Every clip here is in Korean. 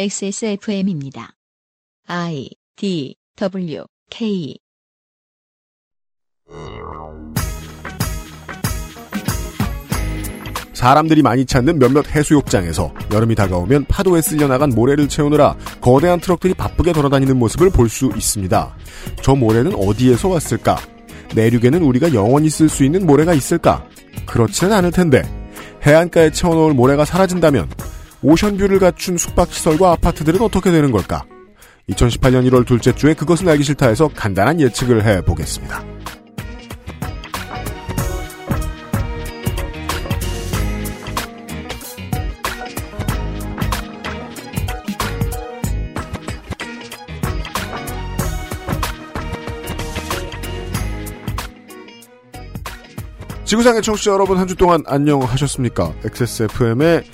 XSFM입니다. I D W K 사람들이 많이 찾는 몇몇 해수욕장에서 여름이 다가오면 파도에 쓸려나간 모래를 채우느라 거대한 트럭들이 바쁘게 돌아다니는 모습을 볼 수 있습니다. 저 모래는 어디에서 왔을까? 내륙에는 우리가 영원히 쓸 수 있는 모래가 있을까? 그렇지는 않을 텐데 해안가에 채워놓을 모래가 사라진다면 오션뷰를 갖춘 숙박시설과 아파트들은 어떻게 되는 걸까? 2018년 1월 둘째 주에 그것은 알기 싫다에서 간단한 예측을 해보겠습니다. 지구상의 청취자 여러분 한 주 동안 안녕하셨습니까? XSFM의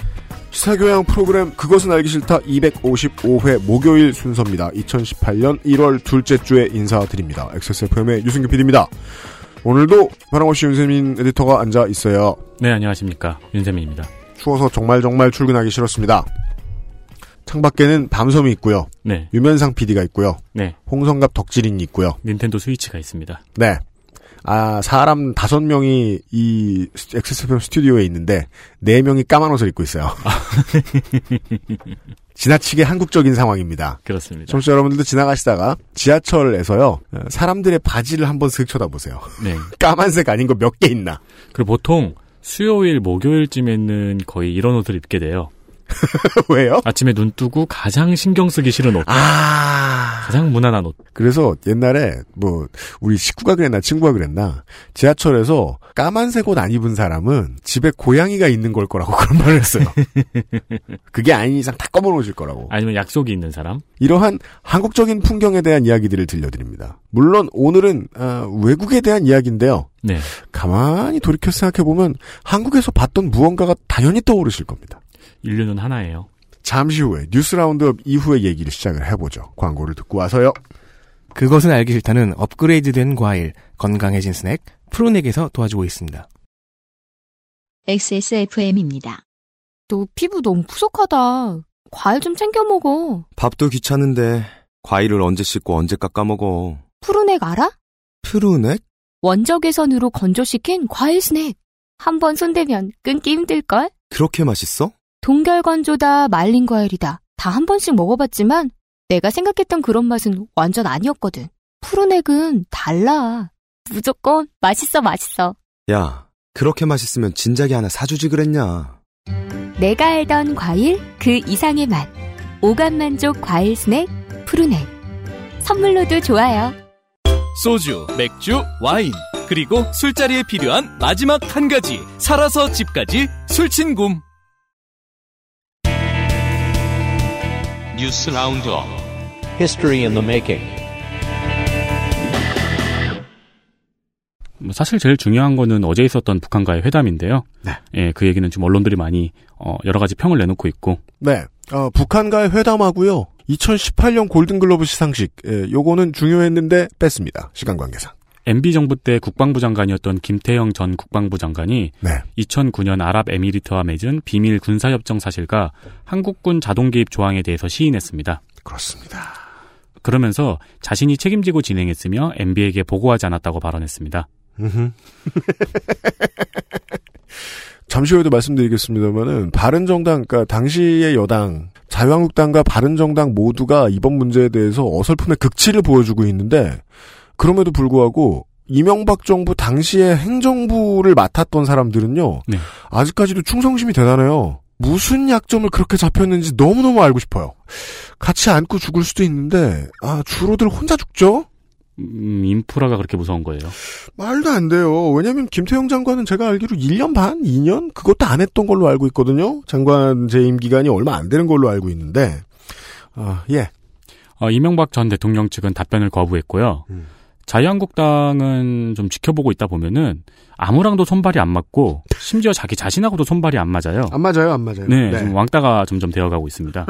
시사교양 프로그램 그것은 알기 싫다 255회 목요일 순서입니다. 2018년 1월 둘째 주에 인사드립니다. XSFM의 유승규 PD입니다. 오늘도 변함없이 윤세민 에디터가 앉아 있어요. 네, 안녕하십니까. 윤세민입니다. 추워서 정말 정말 출근하기 싫었습니다. 창밖에는 밤섬이 있고요. 네, 유면상 PD가 있고요. 네. 홍성갑 덕질인이 있고요. 닌텐도 스위치가 있습니다. 네. 아, 사람 다섯 명이 이 XSFM 스튜디오에 있는데, 네 명이 까만 옷을 입고 있어요. 지나치게 한국적인 상황입니다. 그렇습니다. 청취자 여러분들도 지나가시다가 지하철에서요, 사람들의 바지를 한번 슥 쳐다보세요. 네. 까만색 아닌 거 몇 개 있나? 그리고 보통 수요일, 목요일쯤에는 거의 이런 옷을 입게 돼요. 왜요? 아침에 눈 뜨고 가장 신경 쓰기 싫은 옷. 아. 가장 무난한 옷. 그래서 옛날에 뭐 우리 식구가 그랬나 친구가 그랬나 지하철에서 까만색 옷 안 입은 사람은 집에 고양이가 있는 걸 거라고 그런 말을 했어요. 그게 아닌 이상 다 검은 옷일 거라고. 아니면 약속이 있는 사람. 이러한 한국적인 풍경에 대한 이야기들을 들려드립니다. 물론 오늘은 아, 외국에 대한 이야기인데요. 네. 가만히 돌이켜 생각해 보면 한국에서 봤던 무언가가 당연히 떠오르실 겁니다. 인류는 하나예요. 잠시 후에 뉴스 라운드업 이후의 얘기를 시작을 해보죠. 광고를 듣고 와서요. 그것은 알기 싫다는 업그레이드된 과일, 건강해진 스낵, 프로넥에서 도와주고 있습니다. XSFM입니다. 너 피부 너무 푸석하다. 과일 좀 챙겨 먹어. 밥도 귀찮은데 과일을 언제 씻고 언제 깎아 먹어. 푸른액 알아? 푸르넥? 원적외선으로 건조시킨 과일 스낵. 한 번 손대면 끊기 힘들걸? 그렇게 맛있어? 동결 건조다, 말린 과일이다. 다 한 번씩 먹어봤지만 내가 생각했던 그런 맛은 완전 아니었거든. 푸른액은 달라. 무조건 맛있어, 맛있어. 야, 그렇게 맛있으면 진작에 하나 사주지 그랬냐. 내가 알던 과일 그 이상의 맛. 오감 만족 과일 스낵 푸르넥. 선물로도 좋아요. 소주, 맥주, 와인, 그리고 술자리에 필요한 마지막 한 가지. 살아서 집까지 술친굼. 뉴스 라운드업 History in the making 뭐 사실 제일 중요한 거는 어제 있었던 북한과의 회담인데요. 네. 예, 그 얘기는 지금 언론들이 많이 어, 여러 가지 평을 내놓고 있고 네. 어, 북한과의 회담하고요. 2018년 골든글러브 시상식. 예, 요거는 중요했는데 뺐습니다. 시간 관계상. MB 정부 때 국방부 장관이었던 김태형 전 국방부 장관이 네. 2009년 아랍에미리트와 맺은 비밀 군사협정 사실과 한국군 자동개입 조항에 대해서 시인했습니다. 그렇습니다. 그러면서 자신이 책임지고 진행했으며 MB에게 보고하지 않았다고 발언했습니다. 음흠. 잠시 후에도 말씀드리겠습니다만은 바른정당 그러니까 당시의 여당 자유한국당과 바른정당 모두가 이번 문제에 대해서 어설픔의 극치를 보여주고 있는데 그럼에도 불구하고 이명박 정부 당시의 행정부를 맡았던 사람들은요 네. 아직까지도 충성심이 대단해요 무슨 약점을 그렇게 잡혔는지 너무너무 알고 싶어요 같이 안고 죽을 수도 있는데 아 주로들 혼자 죽죠 음, 인프라가 그렇게 무서운 거예요. 말도 안 돼요. 왜냐면 김태형 장관은 제가 알기로 1년 반, 2년 그것도 안 했던 걸로 알고 있거든요. 장관 재임 기간이 얼마 안 되는 걸로 알고 있는데. 아, 예. 어, 이명박 전 대통령 측은 답변을 거부했고요. 음. 자유한국당은 좀 지켜보고 있다 보면은 아무랑도 손발이 안 맞고 심지어 자기 자신하고도 손발이 안 맞아요. 안 맞아요. 네. 안 맞아요. 네, 지금 왕따가 점점 되어가고 있습니다.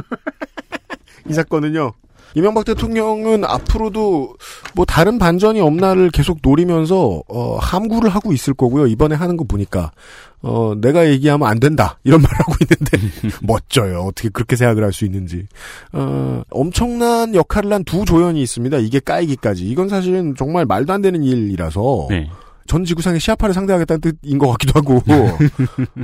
이 사건은요. 이명박 대통령은 앞으로도 뭐 다른 반전이 없나를 계속 노리면서 어, 함구를 하고 있을 거고요. 이번에 하는 거 보니까 어, 내가 얘기하면 안 된다 이런 말 하고 있는데 멋져요. 어떻게 그렇게 생각을 할 수 있는지 어, 엄청난 역할을 한 두 조연이 있습니다. 이게 까이기까지 이건 사실은 정말 말도 안 되는 일이라서 네. 전 지구상의 시아파를 상대하겠다는 뜻인 것 같기도 하고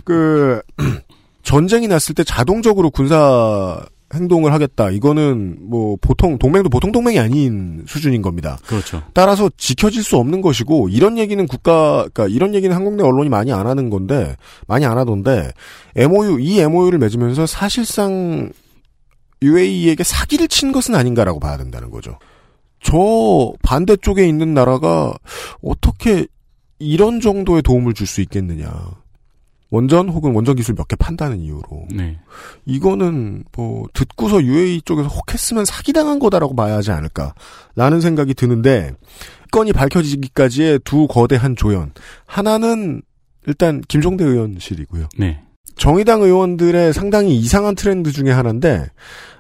그 전쟁이 났을 때 자동적으로 군사 행동을 하겠다 이거는 뭐 보통 동맹도 보통 동맹이 아닌 수준인 겁니다. 그렇죠. 따라서 지켜질 수 없는 것이고 이런 얘기는 국가 그러니까 이런 얘기는 한국 내 언론이 많이 안 하는 건데 많이 안 하던데 MOU 이 MOU를 맺으면서 사실상 UAE에게 사기를 친 것은 아닌가라고 봐야 된다는 거죠. 저 반대쪽에 있는 나라가 어떻게 이런 정도의 도움을 줄 수 있겠느냐. 원전 혹은 원전 기술 몇 개 판다는 이유로 네. 이거는 뭐 듣고서 UAE 쪽에서 혹했으면 사기당한 거다라고 봐야 하지 않을까라는 생각이 드는데 건이 밝혀지기까지의 두 거대한 조연 하나는 일단 김종대 의원실이고요 네. 정의당 의원들의 상당히 이상한 트렌드 중에 하나인데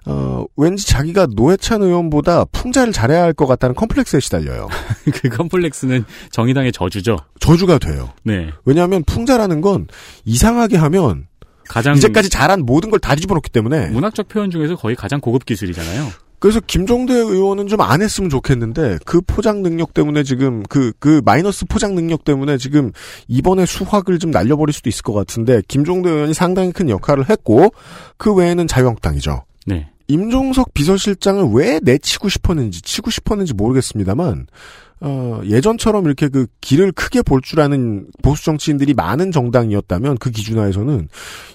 어, 왠지 자기가 노회찬 의원보다 풍자를 잘해야 할 것 같다는 컴플렉스에 시달려요 그 컴플렉스는 정의당의 저주죠. 저주가 돼요 네. 왜냐하면 풍자라는 건 이상하게 하면 가장 이제까지 네. 잘한 모든 걸 다 뒤집어놓기 때문에 문학적 표현 중에서 거의 가장 고급 기술이잖아요. 그래서 김종대 의원은 좀 안 했으면 좋겠는데 그 포장 능력 때문에 지금 그 그 마이너스 포장 능력 때문에 지금 이번에 수확을 좀 날려버릴 수도 있을 것 같은데 김종대 의원이 상당히 큰 역할을 했고 그 외에는 자유한국당이죠. 네. 임종석 비서실장을 왜 내치고 싶었는지 치고 싶었는지 모르겠습니다만 어, 예전처럼 이렇게 그 길을 크게 볼 줄 아는 보수 정치인들이 많은 정당이었다면 그 기준하에서는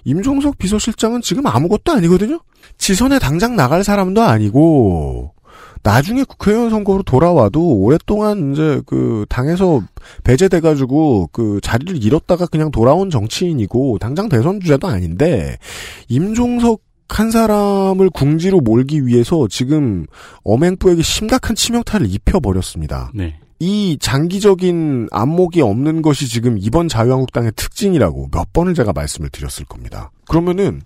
임종석 비서실장은 지금 아무것도 아니거든요. 지선에 당장 나갈 사람도 아니고 나중에 국회의원 선거로 돌아와도 오랫동안 이제 그 당에서 배제돼 가지고 그 자리를 잃었다가 그냥 돌아온 정치인이고 당장 대선 주자도 아닌데 임종석 한 사람을 궁지로 몰기 위해서 지금 엄행부에게 심각한 치명타를 입혀버렸습니다. 네. 이 장기적인 안목이 없는 것이 지금 이번 자유한국당의 특징이라고 몇 번을 제가 말씀을 드렸을 겁니다. 그러면은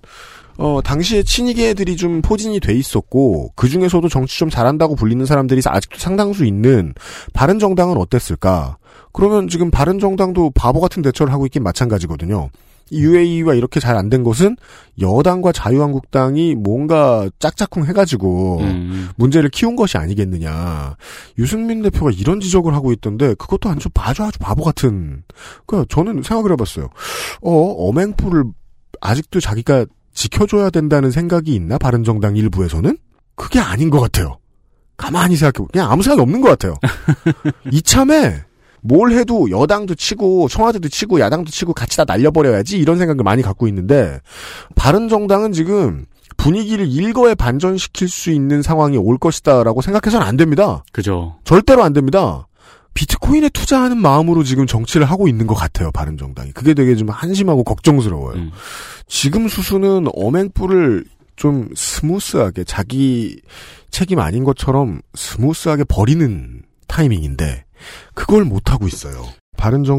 어 당시에 친이계들이 좀 포진이 돼 있었고 그 중에서도 정치 좀 잘한다고 불리는 사람들이 아직도 상당수 있는 바른 정당은 어땠을까? 그러면 지금 바른 정당도 바보 같은 대처를 하고 있긴 마찬가지거든요. UAE와 이렇게 잘 안 된 것은 여당과 자유한국당이 뭔가 짝짝꿍 해가지고 음, 문제를 키운 것이 아니겠느냐. 유승민 대표가 이런 지적을 하고 있던데 그것도 아주 아주 아주 바보 같은. 그러니까 저는 생각을 해봤어요. 어 엄행부를 아직도 자기가 지켜줘야 된다는 생각이 있나 바른정당 일부에서는 그게 아닌 것 같아요. 가만히 생각해 그냥 아무 생각이 없는 것 같아요. 이참에 뭘 해도 여당도 치고 청와대도 치고 야당도 치고 같이 다 날려버려야지 이런 생각을 많이 갖고 있는데 바른정당은 지금 분위기를 일거에 반전시킬 수 있는 상황이 올 것이다라고 생각해서는 안 됩니다. 그죠. 절대로 안 됩니다. 비트코인에 투자하는 마음으로 지금 정치를 하고 있는 것 같아요, 바른정당이. 그게 되게 좀 한심하고 걱정스러워요. 음. 지금 수수는 엄행뿔을 좀 스무스하게 자기 책임 아닌 것처럼 스무스하게 버리는 타이밍인데 그걸 못 하고 있어요.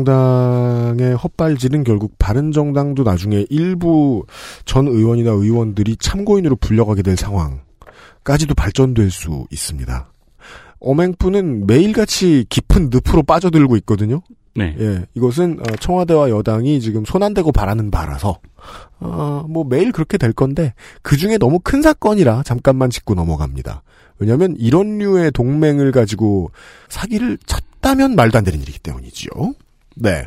바른정당의 헛발질은 결국 바른정당도 나중에 일부 전 의원이나 의원들이 참고인으로 불려가게 될 상황까지도 발전될 수 있습니다. 엄행뿐은 매일같이 깊은 늪으로 빠져들고 있거든요. 네. 예, 이것은 어, 청와대와 여당이 지금 손 안 대고 바라는 바라서 어, 뭐 매일 그렇게 될 건데 그 중에 너무 큰 사건이라 잠깐만 짚고 넘어갑니다. 왜냐하면 이런 류의 동맹을 가지고 사기를 쳤다면 말도 안 되는 일이기 때문이지요. 네,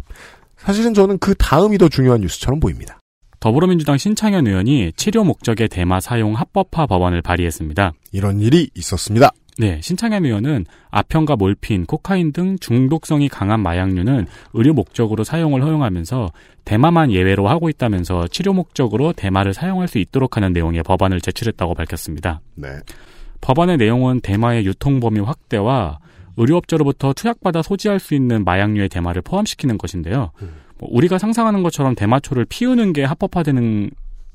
사실은 저는 그 다음이 더 중요한 뉴스처럼 보입니다. 더불어민주당 신창현 의원이 치료 목적의 대마 사용 합법화 법안을 발의했습니다. 이런 일이 있었습니다. 네, 신창현 의원은 아편과 몰핀, 코카인 등 중독성이 강한 마약류는 의료 목적으로 사용을 허용하면서 대마만 예외로 하고 있다면서 치료 목적으로 대마를 사용할 수 있도록 하는 내용의 법안을 제출했다고 밝혔습니다. 네, 법안의 내용은 대마의 유통 범위 확대와 의료업자로부터 투약받아 소지할 수 있는 마약류의 대마를 포함시키는 것인데요. 뭐 우리가 상상하는 것처럼 대마초를 피우는 게 합법화되는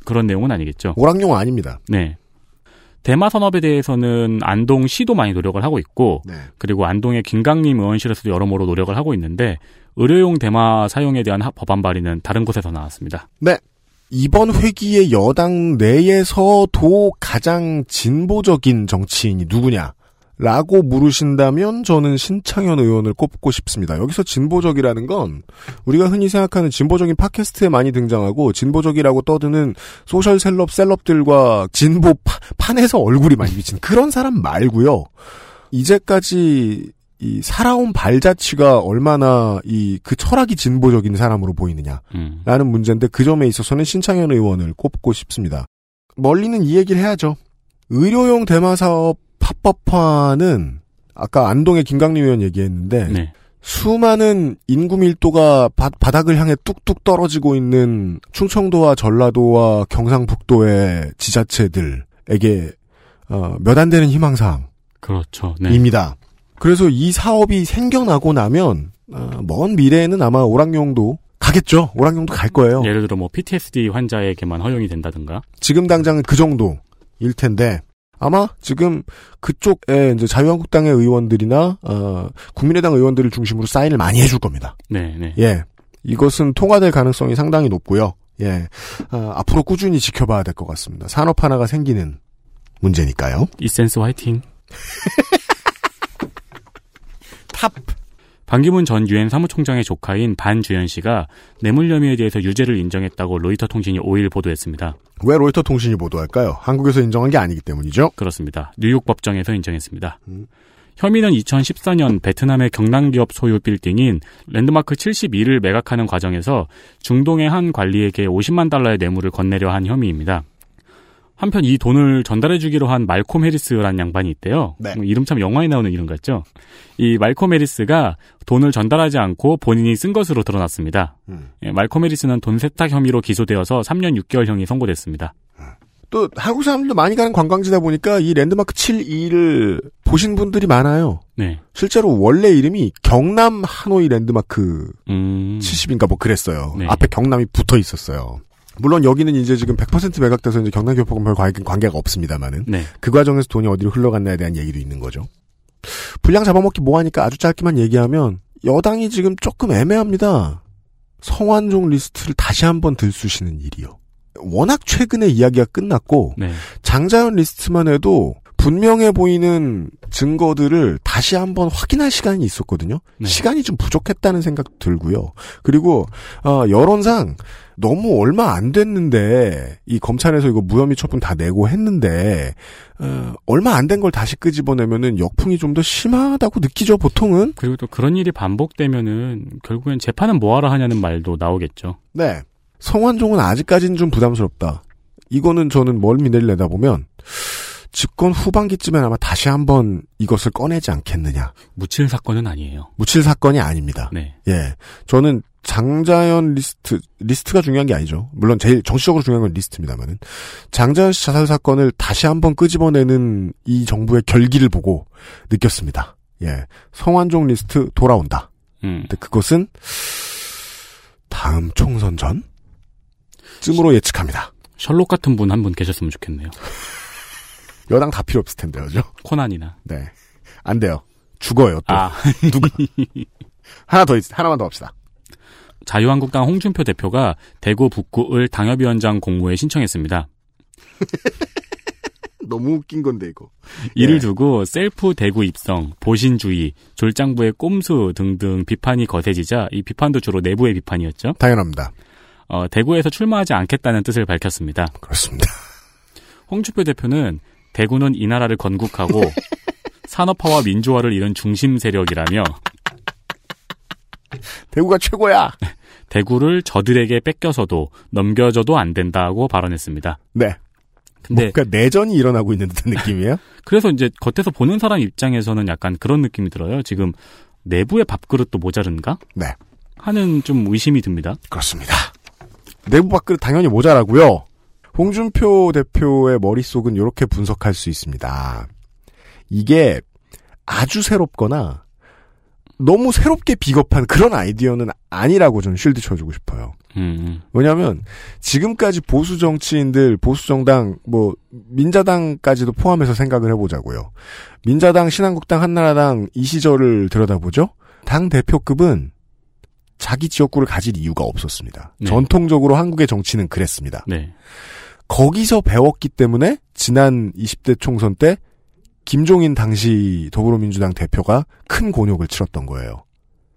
그런 내용은 아니겠죠. 오락용 아닙니다. 네. 대마 산업에 대해서는 안동 시도 많이 노력을 하고 있고 네, 그리고 안동의 김강림 의원실에서도 여러모로 노력을 하고 있는데 의료용 대마 사용에 대한 하- 법안 발의는 다른 곳에서 나왔습니다. 이번 회기의 여당 내에서도 가장 진보적인 정치인이 누구냐? 라고 물으신다면 저는 신창현 의원을 꼽고 싶습니다. 여기서 진보적이라는 건 우리가 흔히 생각하는 진보적인 팟캐스트에 많이 등장하고 진보적이라고 떠드는 소셜 셀럽 셀럽들과 진보 파- 판에서 얼굴이 많이 비친 그런 사람 말고요. 이제까지 이 살아온 발자취가 얼마나 이 그 철학이 진보적인 사람으로 보이느냐. 음. 라는 문제인데 그 점에 있어서는 신창현 의원을 꼽고 싶습니다. 멀리는 이 얘기를 해야죠. 의료용 대마 사업 합법화는 아까 안동의 김강림 의원 얘기했는데 네. 수많은 인구 밀도가 바, 닥을 향해 뚝뚝 떨어지고 있는 충청도와 전라도와 경상북도의 지자체들에게 어, 몇 안 되는 희망사항 그렇죠. 네. 입니다. 그래서 이 사업이 생겨나고 나면 어, 먼 미래에는 아마 오락용도 가겠죠. 오락용도 갈 거예요. 예를 들어 뭐 PTSD 환자에게만 허용이 된다든가. 지금 당장은 그 정도일 텐데 아마 지금 그쪽에 이제 자유한국당의 의원들이나 어, 국민의당 의원들을 중심으로 사인을 많이 해줄 겁니다. 네, 네. 예, 이것은 통과될 가능성이 상당히 높고요. 예, 아, 앞으로 꾸준히 지켜봐야 될 것 같습니다. 산업 하나가 생기는 문제니까요. 이센스 화이팅. 탑. 반기문 전 유엔 사무총장의 조카인 반주현 씨가 뇌물 혐의에 대해서 유죄를 인정했다고 로이터 통신이 5일 보도했습니다. 왜 로이터 통신이 보도할까요? 한국에서 인정한 게 아니기 때문이죠. 그렇습니다. 뉴욕 법정에서 인정했습니다. 음. 혐의는 2014년 베트남의 경남기업 소유 빌딩인 랜드마크 72를 매각하는 과정에서 중동의 한 관리에게 50만 달러의 뇌물을 건네려 한 혐의입니다. 한편 이 돈을 전달해주기로 한 말콤 해리스라는 양반이 있대요. 네. 뭐 이름 참 영화에 나오는 이름 같죠? 이 말콤 해리스가 돈을 전달하지 않고 본인이 쓴 것으로 드러났습니다. 음. 예, 말콤 해리스는 돈 세탁 혐의로 기소되어서 3년 6개월형이 선고됐습니다. 또 한국 사람들도 많이 가는 관광지다 보니까 이 랜드마크 72를 보신 분들이 많아요. 네. 실제로 원래 이름이 경남 하노이 랜드마크 음. 70인가 뭐 그랬어요. 네. 앞에 경남이 붙어 있었어요. 물론 여기는 이제 지금 100% 매각돼서 이제 경남교포금 별 관- 관계가 없습니다만은 네. 그 과정에서 돈이 어디로 흘러갔나에 대한 얘기도 있는 거죠. 분량 잡아먹기 뭐하니까 아주 짧게만 얘기하면 여당이 지금 조금 애매합니다. 성완종 리스트를 다시 한번 들쑤시는 일이요. 워낙 최근에 이야기가 끝났고 네. 장자연 리스트만 해도 분명해 보이는 증거들을 다시 한번 확인할 시간이 있었거든요. 네. 시간이 좀 부족했다는 생각도 들고요. 그리고 어, 여론상 너무 얼마 안 됐는데 이 검찰에서 이거 무혐의 처분 다 내고 했는데 어, 얼마 안 된 걸 다시 끄집어내면은 역풍이 좀 더 심하다고 느끼죠. 보통은 그리고 또 그런 일이 반복되면은 결국엔 재판은 뭐하러 하냐는 말도 나오겠죠. 네. 성완종은 아직까지는 좀 부담스럽다. 이거는 저는 멀미 내려다 보면 집권 후반기쯤엔 아마 다시 한번 이것을 꺼내지 않겠느냐. 무칠 사건은 아니에요. 묻힐 사건이 아닙니다. 네. 예. 저는 장자연 리스트, 리스트가 중요한 게 아니죠. 물론 제일 정치적으로 중요한 건 리스트입니다만은. 장자연 씨 자살 사건을 다시 한번 끄집어내는 이 정부의 결기를 보고 느꼈습니다. 예. 성완종 리스트 돌아온다. 음. 근데 그것은 다음 총선 전? 쯤으로 예측합니다. 셜록 같은 분 한 분 계셨으면 좋겠네요. 여당 다 필요 없을 텐데요. 그죠? 코난이나. 네. 안 돼요. 죽어요, 또. 아, 누가. 하나 더, 있, 하나만 더 합시다. 자유한국당 홍준표 대표가 대구 북구을 당협위원장 공모에 신청했습니다. 너무 웃긴 건데, 이거. 이를 예. 두고 셀프 대구 입성, 보신주의, 졸장부의 꼼수 등등 비판이 거세지자 이 비판도 주로 내부의 비판이었죠. 당연합니다. 어, 대구에서 출마하지 않겠다는 뜻을 밝혔습니다. 그렇습니다. 홍준표 대표는 대구는 이 나라를 건국하고 산업화와 민주화를 이룬 중심 세력이라며 대구가 최고야! 대구를 저들에게 뺏겨서도 넘겨져도 안 된다고 발언했습니다. 네. 근데 그러니까 내전이 일어나고 있는 듯한 느낌이에요. 그래서 이제 겉에서 보는 사람 입장에서는 약간 그런 느낌이 들어요. 지금 내부의 밥그릇도 모자른가? 네. 하는 좀 의심이 듭니다. 그렇습니다. 내부 밖은 당연히 모자라고요. 홍준표 대표의 머릿속은 이렇게 분석할 수 있습니다. 이게 아주 새롭거나 너무 새롭게 비겁한 그런 아이디어는 아니라고 저는 쉴드 쳐주고 싶어요. 음, 왜냐하면 지금까지 보수 정치인들, 보수 정당, 뭐 민자당까지도 포함해서 생각을 해보자고요. 민자당, 신한국당, 한나라당 이 시절을 들여다보죠. 당 대표급은 자기 지역구를 가질 이유가 없었습니다. 네. 전통적으로 한국의 정치는 그랬습니다. 네. 거기서 배웠기 때문에 지난 20대 총선 때 김종인 당시 더불어민주당 대표가 큰 곤욕을 치렀던 거예요.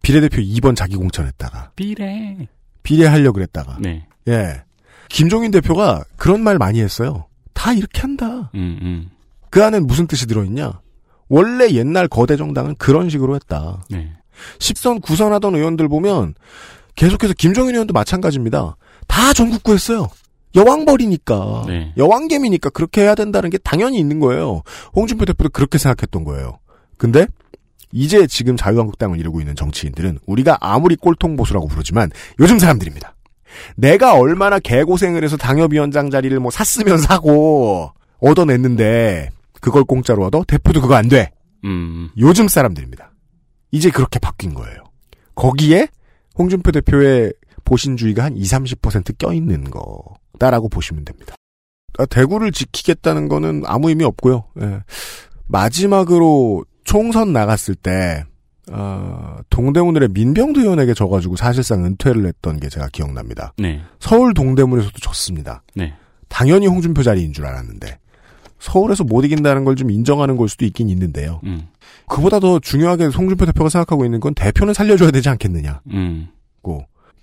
비례대표 2번 자기 공천했다가 비례. 비례하려고 그랬다가 네. 예. 김종인 대표가 그런 말 많이 했어요. 다 이렇게 한다. 음, 음. 그 안엔 무슨 뜻이 들어있냐? 원래 옛날 거대 정당은 그런 식으로 했다. 네. 10선, 9선 하던 의원들 보면 계속해서 김종인 의원도 마찬가지입니다. 다 전국구 했어요. 여왕벌이니까. 네. 여왕개미니까 그렇게 해야 된다는 게 당연히 있는 거예요. 홍준표 대표도 그렇게 생각했던 거예요. 근데 이제 지금 자유한국당을 이루고 있는 정치인들은 우리가 아무리 꼴통보수라고 부르지만 요즘 사람들입니다. 내가 얼마나 개고생을 해서 당협위원장 자리를 뭐 샀으면 사고 얻어냈는데 그걸 공짜로 얻어? 대표도 그거 안 돼. 음. 요즘 사람들입니다. 이제 그렇게 바뀐 거예요. 거기에 홍준표 대표의 보신주의가 한 20, 30% 껴있는 거다라고 보시면 됩니다. 아, 대구를 지키겠다는 거는 아무 의미 없고요. 예. 마지막으로 총선 나갔을 때 어, 동대문을의 민병도 의원에게 져가지고 사실상 은퇴를 했던 게 제가 기억납니다. 네. 서울 동대문에서도 졌습니다. 네. 당연히 홍준표 자리인 줄 알았는데 서울에서 못 이긴다는 걸 좀 인정하는 걸 수도 있긴 있는데요. 음. 그보다 더 중요하게 송준표 대표가 생각하고 있는 건 대표는 살려줘야 되지 않겠느냐고 음.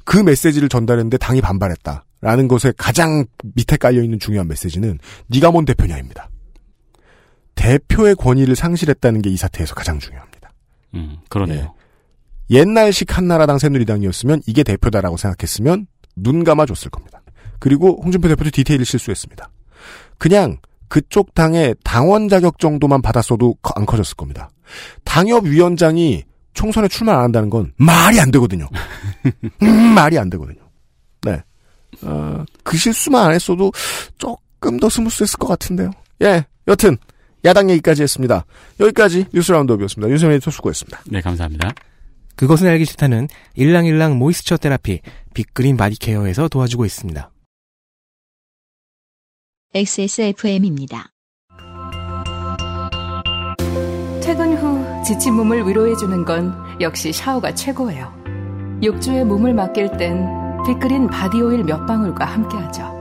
그 메시지를 전달했는데 당이 반발했다라는 것에 가장 밑에 깔려 있는 중요한 메시지는 네가 뭔 대표냐입니다. 대표의 권위를 상실했다는 게 이 사태에서 가장 중요합니다. 음. 그러네요. 옛날식 한나라당 새누리당이었으면 이게 대표다라고 생각했으면 눈 감아줬을 겁니다. 그리고 홍준표 대표도 디테일을 실수했습니다. 그냥 그쪽 당의 당원 자격 정도만 받았어도 커- 안 커졌을 겁니다. 당협위원장이 총선에 출마 안 한다는 건 말이 안 되거든요. 음, 말이 안 되거든요. 네. 어, 그 실수만 안 했어도 조금 더 스무스했을 것 같은데요. 예, 여튼 야당 얘기까지 했습니다. 여기까지 뉴스 라운드업이었습니다. 윤세민 에디터 수고했습니다. 네, 감사합니다. 그것은 알기 싫다는 일랑일랑 모이스처 테라피 빅그린 바디케어에서 도와주고 있습니다. XSFM입니다. 퇴근 후 지친 몸을 위로해주는 건 역시 샤워가 최고예요. 욕조에 몸을 맡길 땐 빅그린 바디오일 몇 방울과 함께하죠.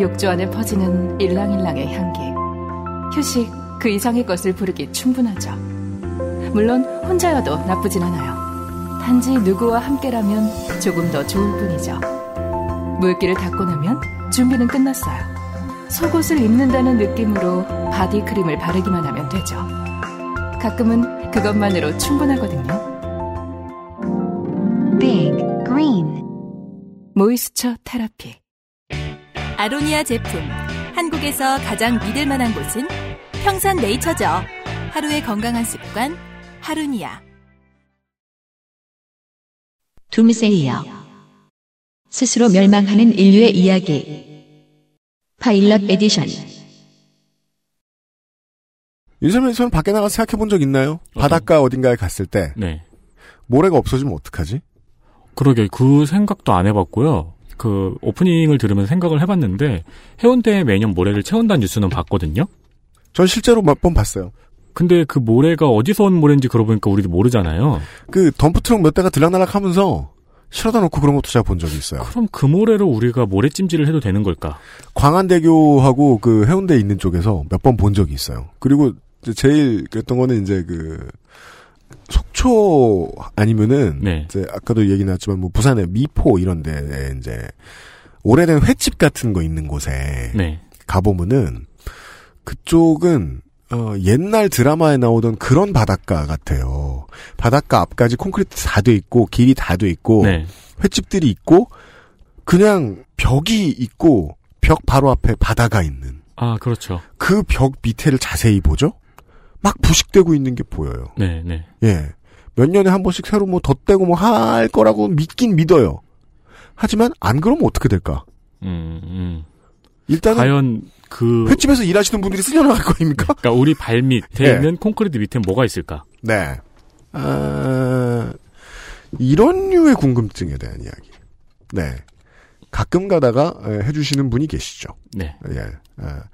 욕조 안에 퍼지는 일랑일랑의 향기. 휴식, 그 이상의 것을 부르기 충분하죠. 물론 혼자여도 나쁘진 않아요. 단지 누구와 함께라면 조금 더 좋을 뿐이죠. 물기를 닦고 나면 준비는 끝났어요. 속옷을 입는다는 느낌으로 바디크림을 바르기만 하면 되죠. 가끔은 그것만으로 충분하거든요. Big Green 모이스처 테라피. 아로니아 제품 한국에서 가장 믿을 만한 곳은 평산 네이처죠. 하루의 건강한 습관 하루니아. 둠세이어. 스스로 멸망하는 인류의 이야기. 파일럿 에디션. 윤세민 씨는 밖에 나가서 생각해 본 적 있나요? 어떤- 바닷가 어딘가에 갔을 때 네. 모래가 없어지면 어떡하지? 그러게 그 생각도 안 해봤고요. 그 오프닝을 들으면서 생각을 해봤는데 해운대에 매년 모래를 채운다는 뉴스는 봤거든요. 전 실제로 몇 번 봤어요. 근데 그 모래가 어디서 온 모래인지 그러고 보니까 우리도 모르잖아요. 그 덤프트럭 몇 대가 들락날락 하면서 실어다 놓고 그런 것도 제가 본 적이 있어요. 그럼 그 모래로 우리가 모래찜질을 해도 되는 걸까? 광안대교하고 그 해운대 있는 쪽에서 몇 번 본 적이 있어요. 그리고 이제 제일 그랬던 거는 이제 그 속초 아니면은 네. 이제 아까도 얘기 나왔지만 뭐 부산의 미포 이런 데에 이제 오래된 횟집 같은 거 있는 곳에 네. 가보면은 그쪽은 어, 옛날 드라마에 나오던 그런 바닷가 같아요. 바닷가 앞까지 콘크리트 다 돼 있고 길이 다 돼 있고 네. 횟집들이 있고 그냥 벽이 있고 벽 바로 앞에 바다가 있는 아 그렇죠. 그 벽 밑에를 자세히 보죠. 막 부식되고 있는 게 보여요. 네, 네. 예. 몇 년에 한 번씩 새로 뭐 덧대고 뭐 할 거라고 믿긴 믿어요. 하지만 안 그러면 어떻게 될까? 음, 음. 일단은 과연 그 횟집에서 일하시는 분들이 쓸려나갈 거 아닙니까? 그러니까 우리 발 밑에 예. 있는 콘크리트 밑에 뭐가 있을까? 네. 아, 이런 류의 궁금증에 대한 이야기. 네. 가끔 가다가 에, 해주시는 분이 계시죠. 네. 예. 아,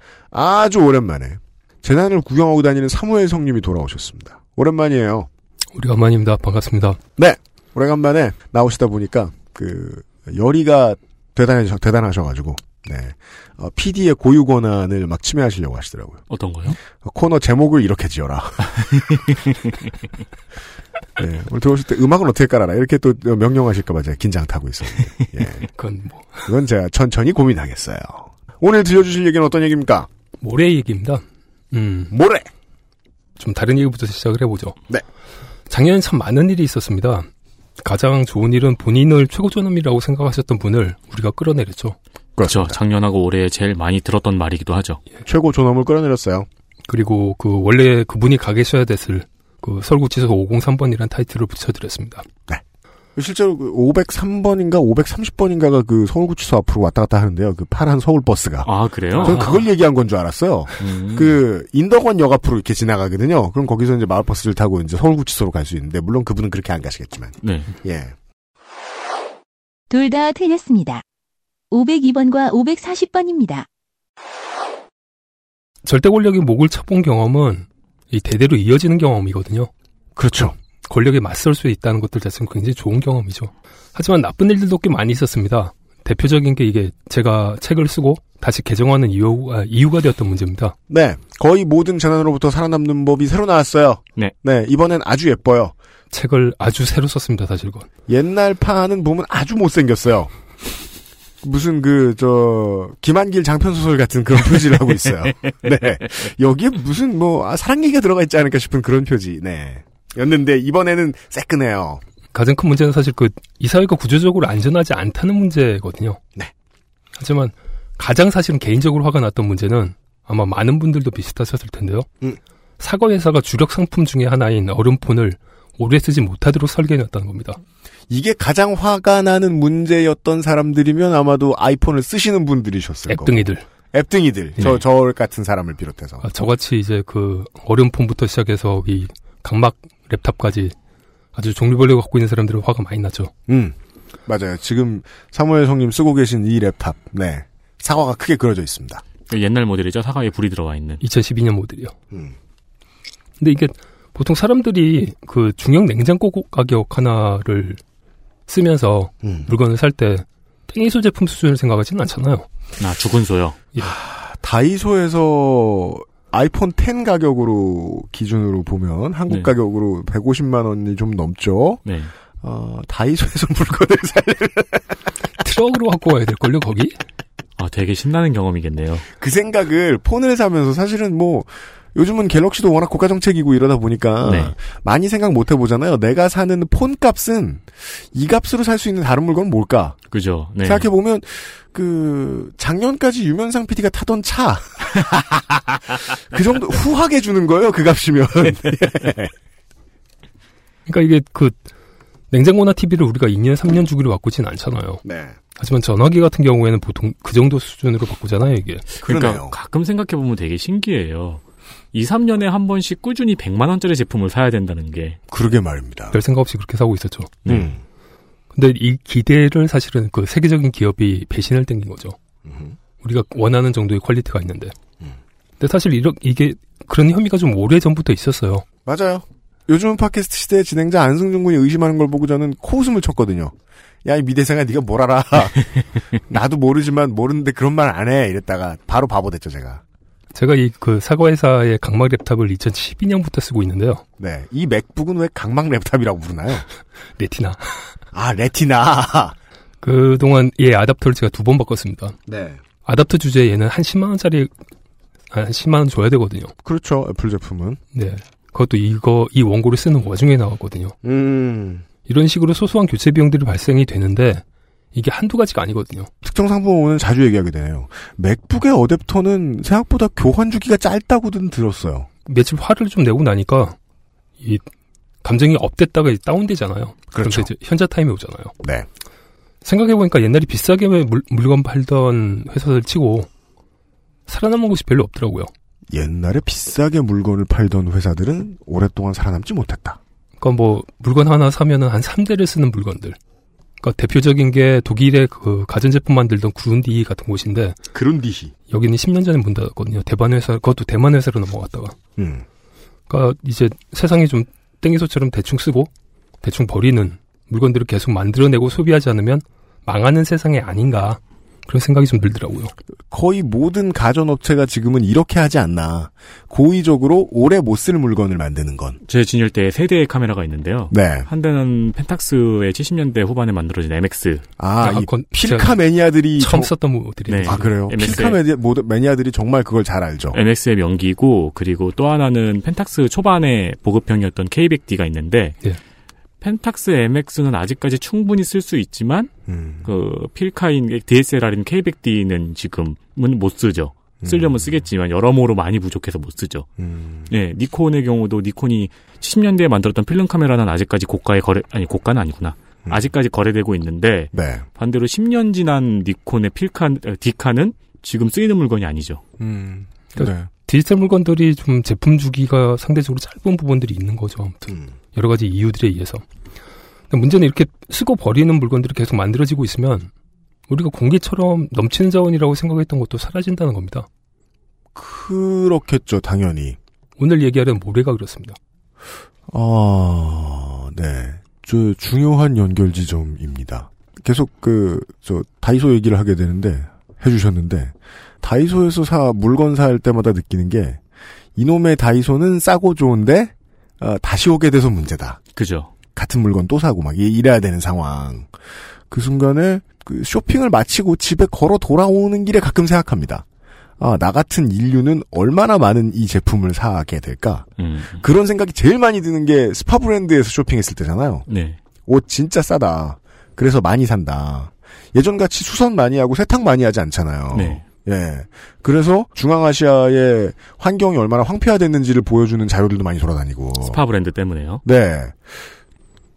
아주 오랜만에 재난을 구경하고 다니는 사무엘 성님이 돌아오셨습니다. 오랜만이에요. 우리 간만입니다. 반갑습니다. 네. 오래간만에 나오시다 보니까 그 열의가 대단하셔 대단하셔가지고 네 어, PD의 고유 권한을 막 침해하시려고 하시더라고요. 어떤 거요? 코너 제목을 이렇게 지어라. 네, 오늘 들어오실 때 음악은 어떻게 깔아라 이렇게 또 명령하실까봐 제가 긴장 타고 있었는데. 예. 그건 뭐 그건 제가 천천히 고민하겠어요. 오늘 들려주실 얘기는 어떤 얘기입니까? 모래 얘기입니다. 음. 모래. 좀 다른 얘기부터 시작을 해보죠. 네. 작년에 참 많은 일이 있었습니다. 가장 좋은 일은 본인을 최고존엄이라고 생각하셨던 분을 우리가 끌어내렸죠. 그렇죠. 작년하고 올해 제일 많이 들었던 말이기도 하죠. 최고 존엄을 끌어내렸어요. 그리고 그 원래 그분이 가 계셔야 됐을 그 설구치소 503번이라는 타이틀을 붙여드렸습니다. 실제로 그 503번인가 530번인가가 그 서울구치소 앞으로 왔다 갔다 하는데요. 그 파란 서울버스가. 아, 그래요? 저는 그걸 얘기한 건 줄 알았어요. 음. 그 인덕원 역 앞으로 이렇게 지나가거든요. 그럼 거기서 이제 마을버스를 타고 이제 서울구치소로 갈 수 있는데 물론 그분은 그렇게 안 가시겠지만. 네. 예. 둘 다 틀렸습니다. 502번과 540번입니다. 절대 권력이 목을 쳐본 경험은 이 대대로 이어지는 경험이거든요. 그렇죠. 권력에 맞설 수 있다는 것들 자체는 굉장히 좋은 경험이죠. 하지만 나쁜 일들도 꽤 많이 있었습니다. 대표적인 게 이게 제가 책을 쓰고 다시 개정하는 이유, 아, 이유가 되었던 문제입니다. 네. 거의 모든 재난으로부터 살아남는 법이 새로 나왔어요. 네. 이번엔 아주 예뻐요. 책을 아주 새로 썼습니다, 사실 건. 옛날 파는 보면 아주 못생겼어요. 무슨 그, 저, 김한길 장편소설 같은 그런 표지를 하고 있어요. 네. 여기에 무슨 뭐, 아, 사랑 얘기가 들어가 있지 않을까 싶은 그런 표지, 네. 였는데, 이번에는 새끈해요. 가장 큰 문제는 사실 그 이 사회가 구조적으로 안전하지 않다는 문제거든요. 네. 하지만 가장 사실은 개인적으로 화가 났던 문제는 아마 많은 분들도 비슷하셨을 텐데요. 음. 사과회사가 주력 상품 중에 하나인 얼음폰을 오래 쓰지 못하도록 설계해놨다는 겁니다. 이게 가장 화가 나는 문제였던 사람들이면 아마도 아이폰을 쓰시는 분들이셨을 거고. 앱등이들. 네. 앱등이들. 저, 저 같은 사람을 비롯해서. 아, 저같이 이제 그 얼음폰부터 시작해서 이 각막 랩탑까지 아주 종류별로 갖고 있는 사람들은 화가 많이 나죠. 음. 맞아요. 지금 사무엘 성님 쓰고 계신 이 랩탑. 네. 사과가 크게 그려져 있습니다. 그 옛날 모델이죠. 사과에 불이 들어와 있는. 2012년 모델이요. 근데 이게 보통 사람들이 그 중형 냉장고 가격 하나를 쓰면서 음. 물건을 살 때 땡이 소제품 수준을 생각하지는 않잖아요. 나 죽은 소요. 다이소에서 아이폰 10 가격으로 기준으로 보면 한국 네. 가격으로 150만 원이 좀 넘죠. 네. 어, 다이소에서 물건을 살려면 트럭으로 갖고 와야 될걸요, 거기? 아, 되게 신나는 경험이겠네요. 그 생각을 폰을 사면서 사실은 뭐 요즘은 갤럭시도 워낙 고가 정책이고 이러다 보니까 네. 많이 생각 못 해보잖아요. 내가 사는 폰 값은 이 값으로 살 수 있는 다른 물건 은 뭘까? 그죠. 네. 생각해 보면 그 작년까지 유면상 PD가 타던 차 그 정도 후하게 주는 거예요. 그 값이면 예. 그러니까 이게 그 냉장고나 TV를 우리가 2년, 3년 주기로 바꾸진 않잖아요. 네. 하지만 전화기 같은 경우에는 보통 그 정도 수준으로 바꾸잖아요, 이게. 그러니까 그러네요. 가끔 생각해 보면 되게 신기해요. 2, 3년에 한 번씩 꾸준히 100만 원짜리 제품을 사야 된다는 게. 그러게 말입니다. 별 생각 없이 그렇게 사고 있었죠. 네. 음. 근데 이 기대를 사실은 그 세계적인 기업이 배신을 땡긴 거죠. 우리가 원하는 정도의 퀄리티가 있는데. 음. 근데 사실 이러, 이게 그런 혐의가 좀 오래 전부터 있었어요. 맞아요. 요즘은 팟캐스트 시대의 진행자 안승준 군이 의심하는 걸 보고 저는 코웃음을 쳤거든요. 야, 이 미대생아, 네가 뭘 알아. 나도 모르지만 모르는데 그런 말 안 해. 이랬다가 바로 바보 됐죠, 제가. 제가 이 그 사과회사의 각막 랩탑을 2012년부터 쓰고 있는데요. 네. 이 맥북은 왜 강막 랩탑이라고 부르나요? 레티나. 아, 레티나. 그동안 얘 아답터를 제가 두 번 바꿨습니다. 네. 아답터 주제에 얘는 한 10만원짜리, 한 10만원 줘야 되거든요. 그렇죠, 애플 제품은. 네. 그것도 이거, 이 원고를 쓰는 와중에 나왔거든요. 음. 이런 식으로 소소한 교체 비용들이 발생이 되는데, 이게 한두 가지가 아니거든요. 특정 상품은 자주 얘기하게 되네요. 맥북의 어댑터는 생각보다 교환 주기가 짧다고는 들었어요. 며칠 화를 좀 내고 나니까 이 감정이 업됐다가 이제 다운되잖아요. 그렇죠. 그래서 이제 현자 타임이 오잖아요. 네. 생각해보니까 옛날에 비싸게 물, 물건 팔던 회사들 치고 살아남은 곳이 별로 없더라고요. 옛날에 비싸게 물건을 팔던 회사들은 오랫동안 살아남지 못했다. 그러니까 뭐 물건 하나 사면은 한 3대를 쓰는 물건들. 그러니까 대표적인 게 독일의 그 가전제품 만들던 구운디 같은 곳인데 그런 디시. 여기는 10년 전에 문 닫았거든요. 대만 회사 그것도 대만 회사로 넘어갔다가. 음. 그러니까 이제 세상이 좀 땡이소처럼 대충 쓰고 대충 버리는 물건들을 계속 만들어내고 소비하지 않으면 망하는 세상이 아닌가 그런 생각이 좀 들더라고요. 거의 모든 가전업체가 지금은 이렇게 하지 않나. 고의적으로 오래 못 쓸 물건을 만드는 건. 제 진열대에 세 대의 카메라가 있는데요. 네. 한 대는 펜탁스의 70년대 후반에 만들어진 MX. 아, 이 필카 매니아들이 처음 저- 썼던 모델이 네. 아 그래요. MSL. 필카 매니아, 모두- 매니아들이 정말 그걸 잘 알죠. MX의 명기고 그리고 또 하나는 펜탁스 초반에 보급형이었던 K100D가 있는데 예. 펜탁스 MX는 아직까지 충분히 쓸 수 있지만 음, 그 필카인 DSLR인 K100D는 지금은 못 쓰죠. 쓰려면 쓰겠지만 여러모로 많이 부족해서 못 쓰죠. 음. 예, 니콘의 경우도 니콘이 70년대에 만들었던 필름 카메라는 아직까지 고가에 거래 아니 고가는 아니구나. 아직까지 거래되고 있는데 네. 반대로 10년 지난 니콘의 필카 어, 디카는 지금 쓰이는 물건이 아니죠. 음. 그러니까 디지털 물건들이 좀 제품 주기가 상대적으로 짧은 부분들이 있는 거죠. 그 아무튼 음. 여러 가지 이유들에 의해서. 근데 문제는 이렇게 쓰고 버리는 물건들이 계속 만들어지고 있으면 우리가 공기처럼 넘치는 자원이라고 생각했던 것도 사라진다는 겁니다. 그렇겠죠, 당연히. 오늘 얘기하려는 모래가 그렇습니다. 아, 네. 저 중요한 연결 지점입니다. 계속 그, 저, 다이소 얘기를 하게 되는데, 해주셨는데, 다이소에서 사, 물건 살 때마다 느끼는 게, 이놈의 다이소는 싸고 좋은데, 아, 다시 오게 돼서 문제다. 그죠. 같은 물건 또 사고 막, 이- 이래야 되는 상황. 그 순간에, 그 쇼핑을 마치고 집에 걸어 돌아오는 길에 가끔 생각합니다. 아, 나 같은 인류는 얼마나 많은 이 제품을 사게 될까? 음. 그런 생각이 제일 많이 드는 게 스파 브랜드에서 쇼핑했을 때잖아요. 네. 옷 진짜 싸다. 그래서 많이 산다. 예전같이 수선 많이 하고 세탁 많이 하지 않잖아요. 네. 예. 그래서 중앙아시아의 환경이 얼마나 황폐화됐는지를 보여주는 자료들도 많이 돌아다니고. 스파 브랜드 때문에요. 네.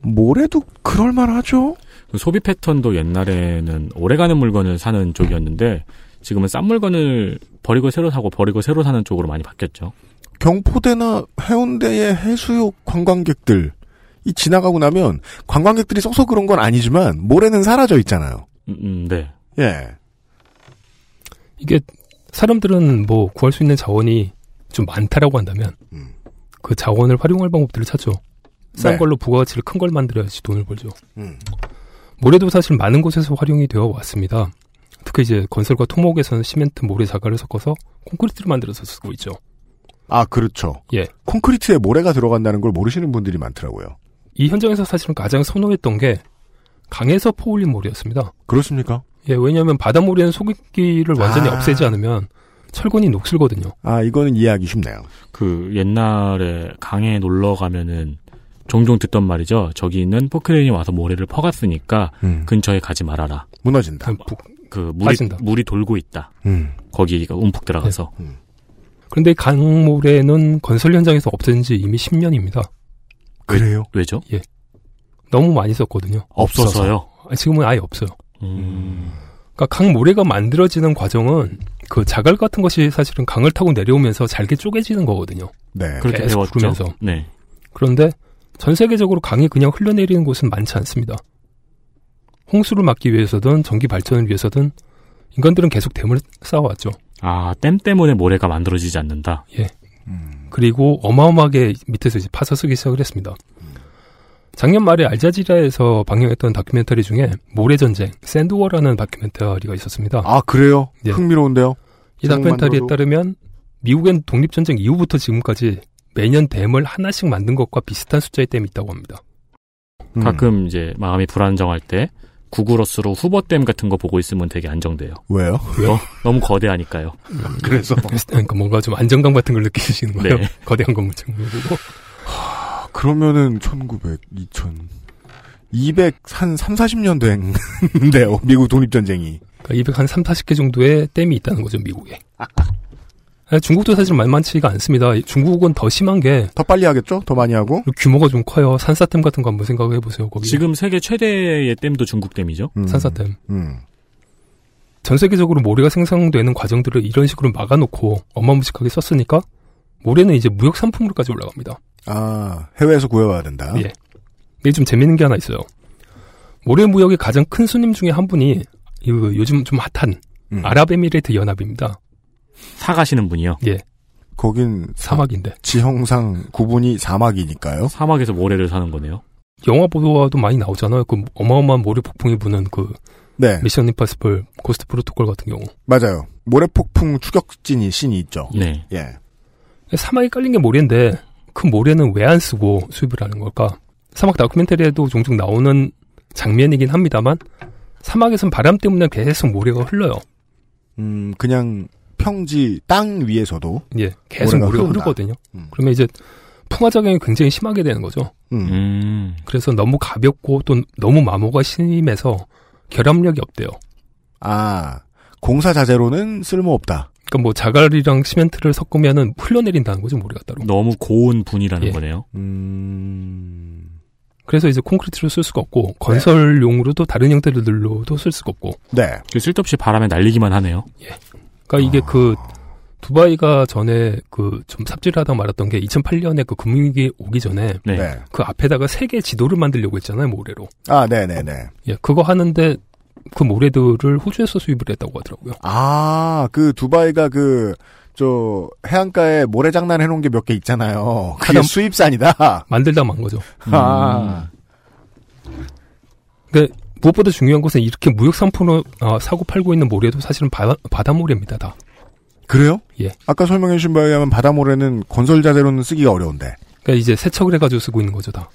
모래도 그럴만하죠? 그 소비 패턴도 옛날에는 오래가는 물건을 사는 쪽이었는데 지금은 싼 물건을 버리고 새로 사고 버리고 새로 사는 쪽으로 많이 바뀌었죠. 경포대나 해운대의 해수욕 관광객들. 이 지나가고 나면 관광객들이 써서 그런 건 아니지만 모래는 사라져 있잖아요. 음, 음, 네. 예. 이게 사람들은 뭐 구할 수 있는 자원이 좀 많다라고 한다면 그 자원을 활용할 방법들을 찾죠. 싼 음. 네. 걸로 부가가치를 큰 걸 만들어야지 돈을 벌죠. 음. 모래도 사실 많은 곳에서 활용이 되어 왔습니다. 특히 이제 건설과 토목에서는 시멘트, 모래 자갈을 섞어서 콘크리트를 만들어서 쓰고 있죠. 아, 그렇죠. 예. 콘크리트에 모래가 들어간다는 걸 모르시는 분들이 많더라고요. 이 현장에서 사실은 가장 선호했던 게 강에서 포올린 모래였습니다. 그렇습니까? 예, 왜냐하면 바닷모래는 소금기를 완전히 아. 없애지 않으면 철근이 녹슬거든요. 아, 이거는 이해하기 쉽네요. 그 옛날에 강에 놀러 가면은 종종 듣던 말이죠. 저기 있는 포크레인이 와서 모래를 퍼갔으니까 음. 근처에 가지 말아라. 무너진다. 그냥 부- 그 물이 빠진다. 물이 돌고 있다. 음. 거기가 움푹 들어가서 그런데 강모래는 건설 현장에서 없앤 지 이미 10년입니다. 그래요? 왜죠? 예. 너무 많이 썼거든요. 없어서요. 아, 지금은 아예 없어요. 음. 그러니까 강 모래가 만들어지는 과정은 그 자갈 같은 것이 사실은 강을 타고 내려오면서 잘게 쪼개지는 거거든요. 네. 그렇게 계속 배웠죠. 구르면서. 네. 그런데 전 세계적으로 강이 그냥 흘러내리는 곳은 많지 않습니다. 홍수를 막기 위해서든 전기 발전을 위해서든 인간들은 계속 댐을 쌓아왔죠. 아, 댐 때문에 모래가 만들어지지 않는다. 예. 음. 그리고 어마어마하게 밑에서 이제 파서 쓰기 시작을 했습니다. 작년 말에 알자지라에서 방영했던 다큐멘터리 중에 모래전쟁, 샌드워라는 다큐멘터리가 있었습니다. 아, 그래요? 예. 흥미로운데요? 이 다큐멘터리에 제목만으로도. 따르면 미국엔 독립전쟁 이후부터 지금까지 매년 댐을 하나씩 만든 것과 비슷한 숫자의 댐이 있다고 합니다. 음. 가끔 이제 마음이 불안정할 때 구글어스로 후버댐 같은 거 보고 있으면 되게 안정돼요. 왜요? 너, 너무 거대하니까요. 그래서. 그러니까 뭔가 좀 안정감 같은 걸 느끼시는 거예요. 네. 거대한 그러니까 건물증 보고. 아, 그러면은, 1900, 2000, 200, 한 3, 40년 된데요 미국 독립전쟁이. 그러니까 200, 한 3, 40개 정도의 댐이 있다는 거죠, 미국에. 아, 중국도 사실 만만치가 않습니다. 중국은 더 심한 게 더 빨리 하겠죠? 더 많이 하고? 규모가 좀 커요. 산사댐 같은 거 한번 생각해 보세요. 거기 지금 세계 최대의 댐도 중국댐이죠. 음. 산사댐. 음. 전 세계적으로 모래가 생성되는 과정들을 이런 식으로 막아놓고 어마무식하게 썼으니까 모래는 이제 무역 상품으로까지 올라갑니다. 아, 해외에서 구해와야 된다. 예. 근데 좀 재밌는 게 하나 있어요. 모래 무역의 가장 큰 스님 중에 한 분이 이그 요즘 좀 핫한 음. 아랍에미레이트 연합입니다. 사가시는 분이요. 예, 거긴 사막인데. 지형상 구분이 사막이니까요. 사막에서 모래를 사는 거네요. 영화 보도도 많이 나오잖아요. 그 어마어마한 모래 폭풍이 부는 그 네. 미션 임파서블 고스트 프로토콜 같은 경우. 맞아요. 모래폭풍 추격진이 신이 있죠. 네. 예. 사막에 깔린 게 모래인데 그 모래는 왜 안 쓰고 수입을 하는 걸까? 사막 다큐멘터리에도 종종 나오는 장면이긴 합니다만 사막에선 바람 때문에 계속 모래가 흘러요. 음, 그냥 평지 땅 위에서도 음. 예, 계속 모래가, 흐른다. 흐르거든요. 그러면 이제 풍화작용이 굉장히 심하게 되는 거죠. 음. 그래서 너무 가볍고 또 너무 마모가 심해서 결합력이 없대요. 아, 공사 자재로는 쓸모없다. 그러니까 뭐 자갈이랑 시멘트를 섞으면은 흘러내린다는 거죠 모래가 따로. 너무 고온 분이라는 예. 거네요. 음. 그래서 이제 콘크리트로 쓸 수가 없고 건설용으로도 다른 형태들로도 쓸 수가 없고. 네. 그 쓸데없이 바람에 날리기만 하네요. 그러니까 이게 그 두바이가 전에 그 좀 삽질하다 말았던 게 2008년에 그 금융위기 오기 전에 네. 그 앞에다가 세계 지도를 만들려고 했잖아요 모래로. 아, 네네네. 예, 그거 하는데 그 모래들을 호주에서 수입을 했다고 하더라고요. 아, 그 두바이가 그, 저, 해안가에 모래장난 해놓은 게 몇 개 있잖아요. 그게 하다- 수입산이다. 만들다 만 거죠. 아, 그러니까 무엇보다 중요한 것은 이렇게 무역 상품으로 어, 사고 팔고 있는 모래도 사실은 바, 바다 모래입니다 다. 그래요? 예. 아까 설명해주신 바에 의하면 바다모래는 건설 자재로는 쓰기가 어려운데. 그러니까 이제 세척을 해가지고 쓰고 있는 거죠 다.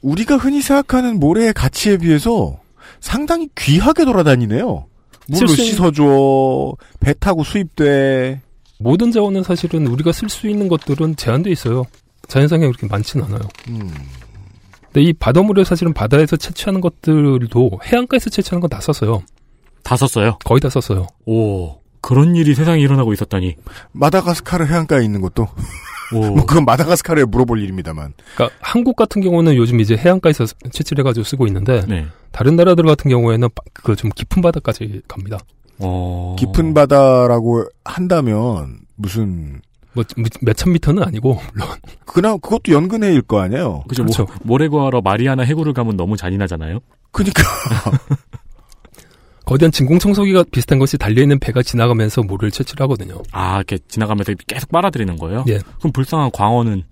우리가 흔히 생각하는 모래의 가치에 비해서 상당히 귀하게 돌아다니네요. 물로 쓸수 있는- 씻어줘, 배 타고 수입돼. 모든 자원은 사실은 우리가 쓸 수 있는 것들은 제한돼 있어요. 자연상에 그렇게 많지는 않아요. 음. 근데 이 바닷물을 사실은 바다에서 채취하는 것들도 해안가에서 채취하는 건 다 썼어요. 다 썼어요. 거의 다 썼어요. 오, 그런 일이 세상에 일어나고 있었다니. 마다가스카르 해안가에 있는 것도 오, 뭐 그건 마다가스카르에 물어볼 일입니다만. 그러니까 한국 같은 경우는 요즘 이제 해안가에서 채취를 해가지고 쓰고 있는데 네. 다른 나라들 같은 경우에는 그 좀 깊은 바다까지 갑니다. 어, 깊은 바다라고 한다면 무슨 뭐 몇천 미터는 아니고 물론 그나 그것도 연근해일 거 아니에요. 그죠. 그렇죠. 뭐, 모래 구하러 마리아나 해구를 가면 너무 잔인하잖아요. 그러니까 거대한 진공청소기가 비슷한 것이 달려있는 배가 지나가면서 모를 채취를 하거든요. 아, 이렇게 지나가면서 계속 빨아들이는 거예요? 예. 그럼 불쌍한 광어는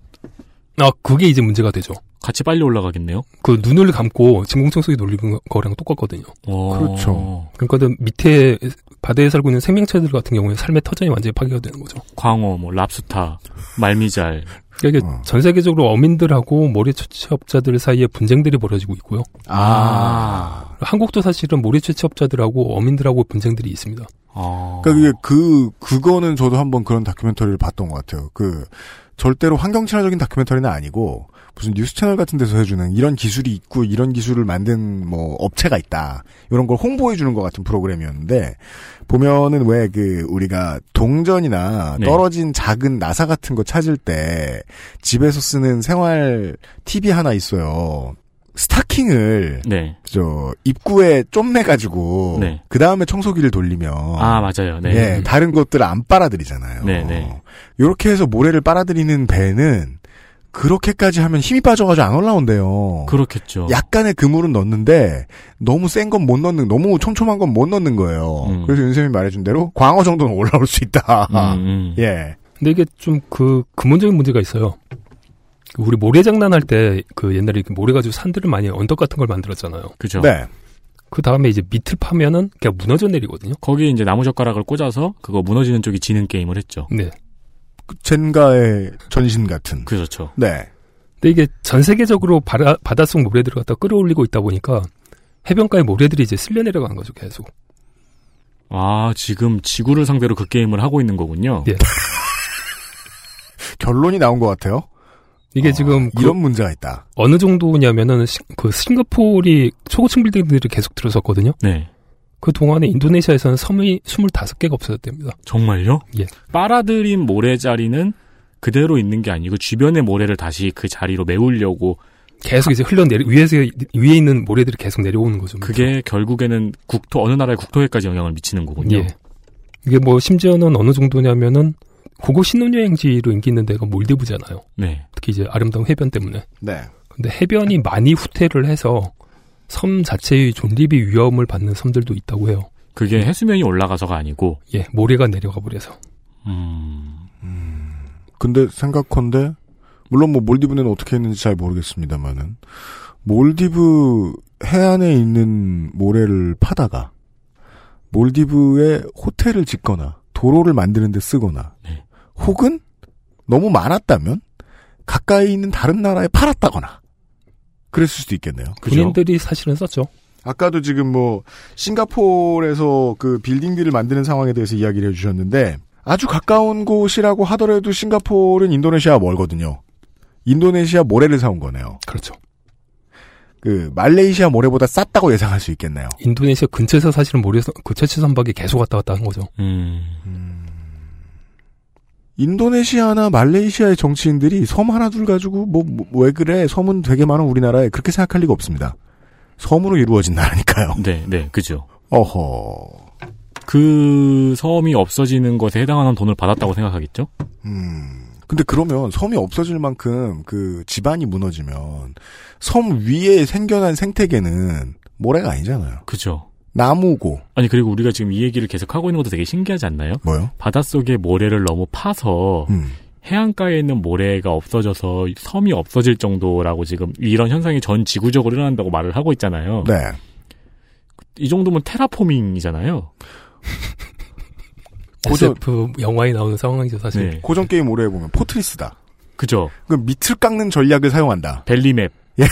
아 그게 이제 문제가 되죠. 같이 빨리 올라가겠네요? 그 눈을 감고 진공청소기 돌리는 거랑 똑같거든요. 어, 그렇죠. 그러니까 밑에 바다에 살고 있는 생명체들 같은 경우에 삶의 터전이 완전히 파괴가 되는 거죠. 광어, 뭐, 랍스타, 말미잘. 그러니까 이게 어. 전 세계적으로 어민들하고 모래 채취업자들 사이에 분쟁들이 벌어지고 있고요. 아. 한국도 사실은 모래 채취업자들하고 어민들하고 분쟁들이 있습니다. 어. 그러니까 이게 그 그거는 저도 한번 그런 다큐멘터리를 봤던 것 같아요. 그 절대로 환경 친화적인 다큐멘터리는 아니고 무슨 뉴스 채널 같은 데서 해주는 이런 기술이 있고 이런 기술을 만든 뭐 업체가 있다 이런 걸 홍보해 주는 것 같은 프로그램이었는데 보면은 왜 그 우리가 동전이나 네. 떨어진 작은 나사 같은 거 찾을 때 집에서 쓰는 생활 TV 하나 있어요. 스타킹을 네. 저 입구에 쫌매 가지고 네. 그 다음에 청소기를 돌리면 아, 맞아요. 네. 어. 예, 다른 것들을 안 빨아들이잖아요. 네, 네. 이렇게 해서 모래를 빨아들이는 배는 그렇게까지 하면 힘이 빠져가지고 안 올라온대요. 그렇겠죠. 약간의 그물은 넣는데 너무 센 건 못 넣는, 너무 촘촘한 건 못 넣는 거예요. 음. 그래서 윤쌤이 말해준 대로 광어 정도는 올라올 수 있다. 음, 음. 예, 근데 이게 좀 그 근본적인 문제가 있어요. 우리 모래 장난할 때 그 옛날에 이렇게 모래 가지고 산들을 많이 언덕 같은 걸 만들었잖아요. 그죠. 네, 그 다음에 이제 밑을 파면은 그냥 무너져 내리거든요. 거기에 이제 나무젓가락을 꽂아서 그거 무너지는 쪽이 지는 게임을 했죠. 네. 그 젠가의 전신 같은. 그렇죠. 네, 근데 이게 전 세계적으로 바다, 바닷속 모래들을 갖다 끌어올리고 있다 보니까 해변가의 모래들이 이제 쓸려 내려간 거죠, 계속. 아, 지금 지구를 상대로 그 게임을 하고 있는 거군요. 예. 결론이 나온 것 같아요. 이게 어, 지금 그 이런 문제가 있다. 어느 정도냐면은 시- 그 싱가포르이 초고층 빌딩들이 계속 들어섰거든요. 네. 그 동안에 인도네시아에서는 섬이 25개가 없어졌답니다. 정말요? 예. 빨아들인 모래자리는 그대로 있는 게 아니고 주변의 모래를 다시 그 자리로 메우려고 계속 이제 흘러내리 위에서 위에 있는 모래들이 계속 내려오는 거죠. 그러니까. 그게 결국에는 국토 어느 나라의 국토에까지 영향을 미치는 거군요. 예. 이게 뭐 심지어는 어느 정도냐면은 고고 신혼여행지로 인기 있는 데가 몰디브잖아요. 네. 특히 이제 아름다운 해변 때문에. 네, 근데 해변이 많이 후퇴를 해서 섬 자체의 존립이 위험을 받는 섬들도 있다고 해요. 그게 해수면이 올라가서가 아니고 예, 모래가 내려가 버려서. 음. 근데 생각컨대 물론 뭐 몰디브는 어떻게 했는지 잘 모르겠습니다만은 몰디브 해안에 있는 모래를 파다가 몰디브에 호텔을 짓거나 도로를 만드는 데 쓰거나 혹은 너무 많았다면 가까이 있는 다른 나라에 팔았다거나 그랬을 수도 있겠네요. 본인들이 사실은 썼죠. 아까도 지금 뭐 싱가포르에서 그 빌딩들을 만드는 상황에 대해서 이야기를 해주셨는데 아주 가까운 곳이라고 하더라도 싱가포르는 인도네시아 멀거든요. 인도네시아 모래를 사온 거네요. 그렇죠. 그 말레이시아 모래보다 쌌다고 예상할 수 있겠네요. 인도네시아 근처에서 사실은 모래서 그 채취 선박이 계속 왔다 갔다 한 거죠. 음. 인도네시아나 말레이시아의 정치인들이 섬 하나 둘 가지고 뭐 왜 그래 섬은 되게 많은 우리나라에 그렇게 생각할 리가 없습니다. 섬으로 이루어진 나라니까요. 네, 네, 그죠. 어허. 그 섬이 없어지는 것에 해당하는 돈을 받았다고 생각하겠죠? 근데 그러면 섬이 없어질 만큼 그 집안이 무너지면 섬 위에 생겨난 생태계는 모래가 아니잖아요. 그죠. 나무고. 아니 그리고 우리가 지금 이 얘기를 계속 하고 있는 것도 되게 신기하지 않나요? 뭐요? 바닷속에 모래를 너무 파서 음. 해안가에 있는 모래가 없어져서 섬이 없어질 정도라고 지금 이런 현상이 전 지구적으로 일어난다고 말을 하고 있잖아요. 네. 이 정도면 테라포밍이잖아요. 고전 SF 영화에 나오는 상황이죠, 사실. 고전 게임 오래 보면 포트리스다. 네. 그죠. 그 밑을 깎는 전략을 사용한다. 벨리맵. 예.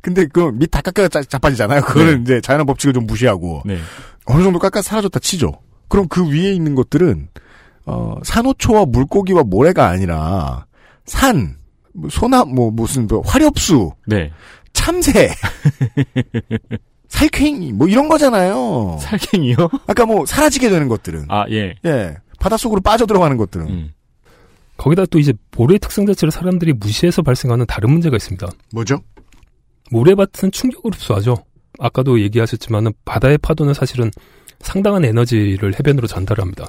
근데 그 밑 다 깎아 자빠지잖아요. 그거는 이제 자연의 법칙을 좀 무시하고 네. 어느 정도 깎아 사라졌다 치죠. 그럼 그 위에 있는 것들은 어, 산호초와 물고기와 모래가 아니라 산, 뭐 소나 뭐 무슨 뭐 화렵수, 네. 참새, 살쾡이 뭐 이런 거잖아요. 살쾡이요? 아까 뭐 사라지게 되는 것들은 아, 예. 예. 바닷속으로 빠져 들어가는 것들은 거기다 또 이제 모래의 특성 자체를 사람들이 무시해서 발생하는 다른 문제가 있습니다. 뭐죠? 모래밭은 충격을 흡수하죠. 아까도 얘기하셨지만 바다의 파도는 사실은 상당한 에너지를 해변으로 전달합니다.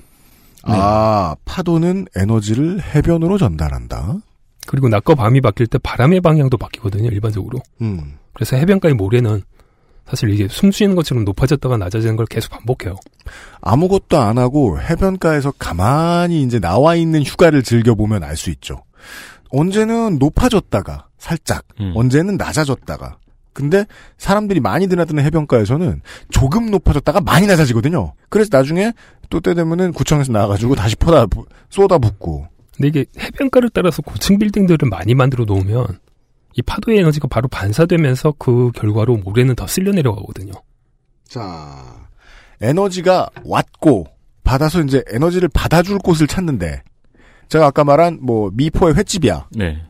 아, 파도는 에너지를 해변으로 전달한다. 그리고 낮과 밤이 바뀔 때 바람의 방향도 바뀌거든요, 일반적으로. 음. 그래서 해변가의 모래는 사실 이게 숨 쉬는 것처럼 높아졌다가 낮아지는 걸 계속 반복해요. 아무것도 안 하고 해변가에서 가만히 이제 나와 있는 휴가를 즐겨보면 알 수 있죠. 언제는 높아졌다가 살짝, 음. 언제는 낮아졌다가. 근데 사람들이 많이 드나드는 해변가에서는 조금 높아졌다가 많이 낮아지거든요. 그래서 나중에 또 때 되면은 구청에서 나와가지고 다시 퍼다, 쏟아붓고. 근데 이게 해변가를 따라서 고층 빌딩들을 많이 만들어 놓으면 이 파도의 에너지가 바로 반사되면서 그 결과로 모래는 더 쓸려 내려가거든요. 자, 에너지가 왔고 받아서 이제 에너지를 받아줄 곳을 찾는데 제가 아까 말한 뭐 미포의 횟집이야. 네.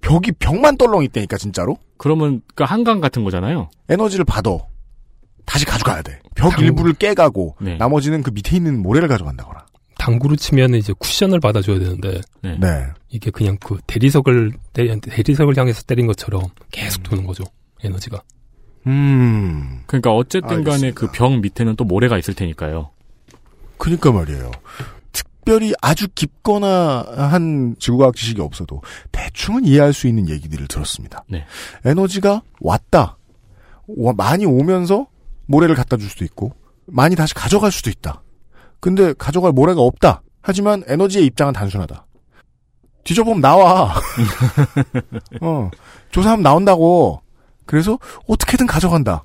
벽이 벽만 떨렁 있다니까 진짜로. 그러면 그 한강 같은 거잖아요. 에너지를 받아. 다시 가져가야 돼. 벽 일부를 깨가고 나머지는 그 밑에 있는 모래를 가져간다거나. 당구로 치면 이제 쿠션을 받아줘야 되는데 네. 이게 그냥 그 대리석을 때- 대리석을 향해서 때린 것처럼 계속 도는 거죠 에너지가. 음. 그러니까 어쨌든 간에 그 병 밑에는 또 모래가 있을 테니까요. 그러니까 말이에요. 특별히 아주 깊거나 한 지구과학 지식이 없어도 대충은 이해할 수 있는 얘기들을 들었습니다. 네. 에너지가 왔다. 와, 많이 오면서 모래를 갖다 줄 수도 있고 많이 다시 가져갈 수도 있다. 근데 가져갈 모래가 없다. 하지만 에너지의 입장은 단순하다. 뒤져보면 나와. 어, 조사하면 나온다고. 그래서 어떻게든 가져간다.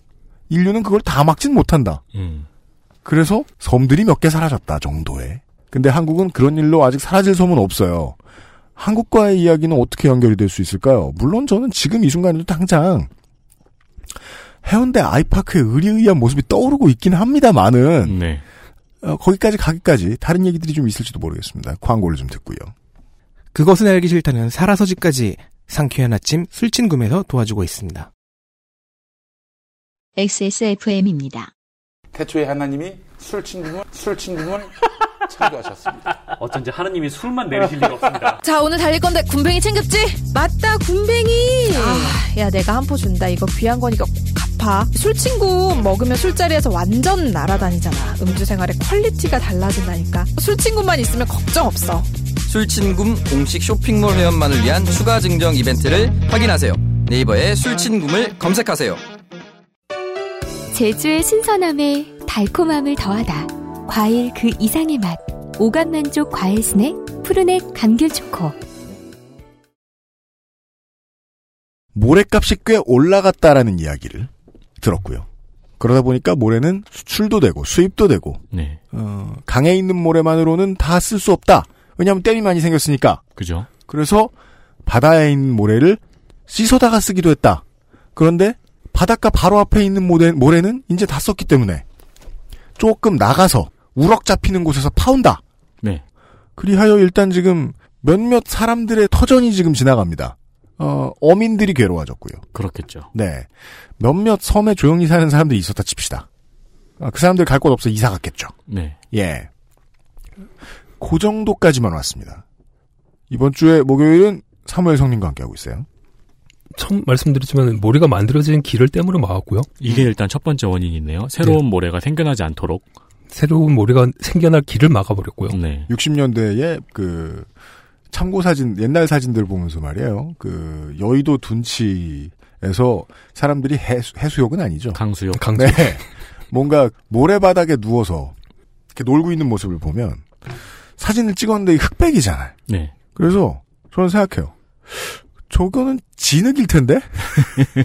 인류는 그걸 다 막진 못한다. 음. 그래서 섬들이 몇 개 사라졌다 정도에. 근데 한국은 그런 일로 아직 사라질 섬은 없어요. 한국과의 이야기는 어떻게 연결이 될 수 있을까요? 물론 저는 지금 이 순간에도 당장 해운대 아이파크의 의리의리한 모습이 떠오르고 있긴 합니다만은 네. 어, 거기까지 가기까지 다른 얘기들이 좀 있을지도 모르겠습니다. 광고를 좀 듣고요. 그것은 알기 싫다는 살아서 집까지 상쾌한 아침 술친구에서 도와주고 있습니다. XSFM입니다. 태초에 하나님이 술친구을 술친구을 창조하셨습니다. 어쩐지 하느님이 술만 내리실 리가 없습니다. 자 오늘 달릴 건데 군뱅이 챙겼지? 맞다 군뱅이 아야 내가 한 포 준다 이거 귀한 거니까 꼭 갚아 술친구 먹으면 술자리에서 완전 날아다니잖아 음주 생활의 퀄리티가 달라진다니까 술친구만 있으면 걱정 없어 술친굼 공식 쇼핑몰 회원만을 위한 추가 증정 이벤트를 확인하세요. 네이버에 술친굼을 검색하세요. 제주의 신선함에 달콤함을 더하다. 과일 그 이상의 맛. 오감 만족 과일 스낵 푸르넥 감귤 초코. 모래값이 꽤 올라갔다라는 이야기를 들었고요. 그러다 보니까 모래는 수출도 되고 수입도 되고 네. 어, 강에 있는 모래만으로는 다 쓸 수 없다. 왜냐하면 댐이 많이 생겼으니까. 그죠. 그래서 바다에 있는 모래를 씻어다가 쓰기도 했다. 그런데 바닷가 바로 앞에 있는 모래, 모래는 이제 다 썼기 때문에 조금 나가서 우럭 잡히는 곳에서 파온다. 네. 그리하여 일단 지금 몇몇 사람들의 터전이 지금 지나갑니다. 어, 어민들이 괴로워졌고요. 그렇겠죠. 네. 몇몇 섬에 조용히 사는 사람들이 있었다 칩시다. 아, 그 사람들 갈 곳 없어 이사 갔겠죠. 네. 예. 그 정도까지만 왔습니다. 이번 주에 목요일은 사무엘 성님과 함께하고 있어요. 처음 말씀드렸지만 모래가 만들어진 길을 댐으로 막았고요. 이게 일단 첫 번째 원인이네요. 새로운 모래가 생겨나지 않도록. 새로운 모래가 생겨날 길을 막아버렸고요. 네. 60년대에 그 참고 사진 옛날 사진들 보면서 말이에요. 그 여의도 둔치에서 사람들이 해수, 해수욕은 아니죠. 강수욕. 네. 뭔가 모래바닥에 누워서 이렇게 놀고 있는 모습을 보면 사진을 찍었는데 이게 흑백이잖아요. 네. 그래서 저는 생각해요. 저거는 진흙일 텐데?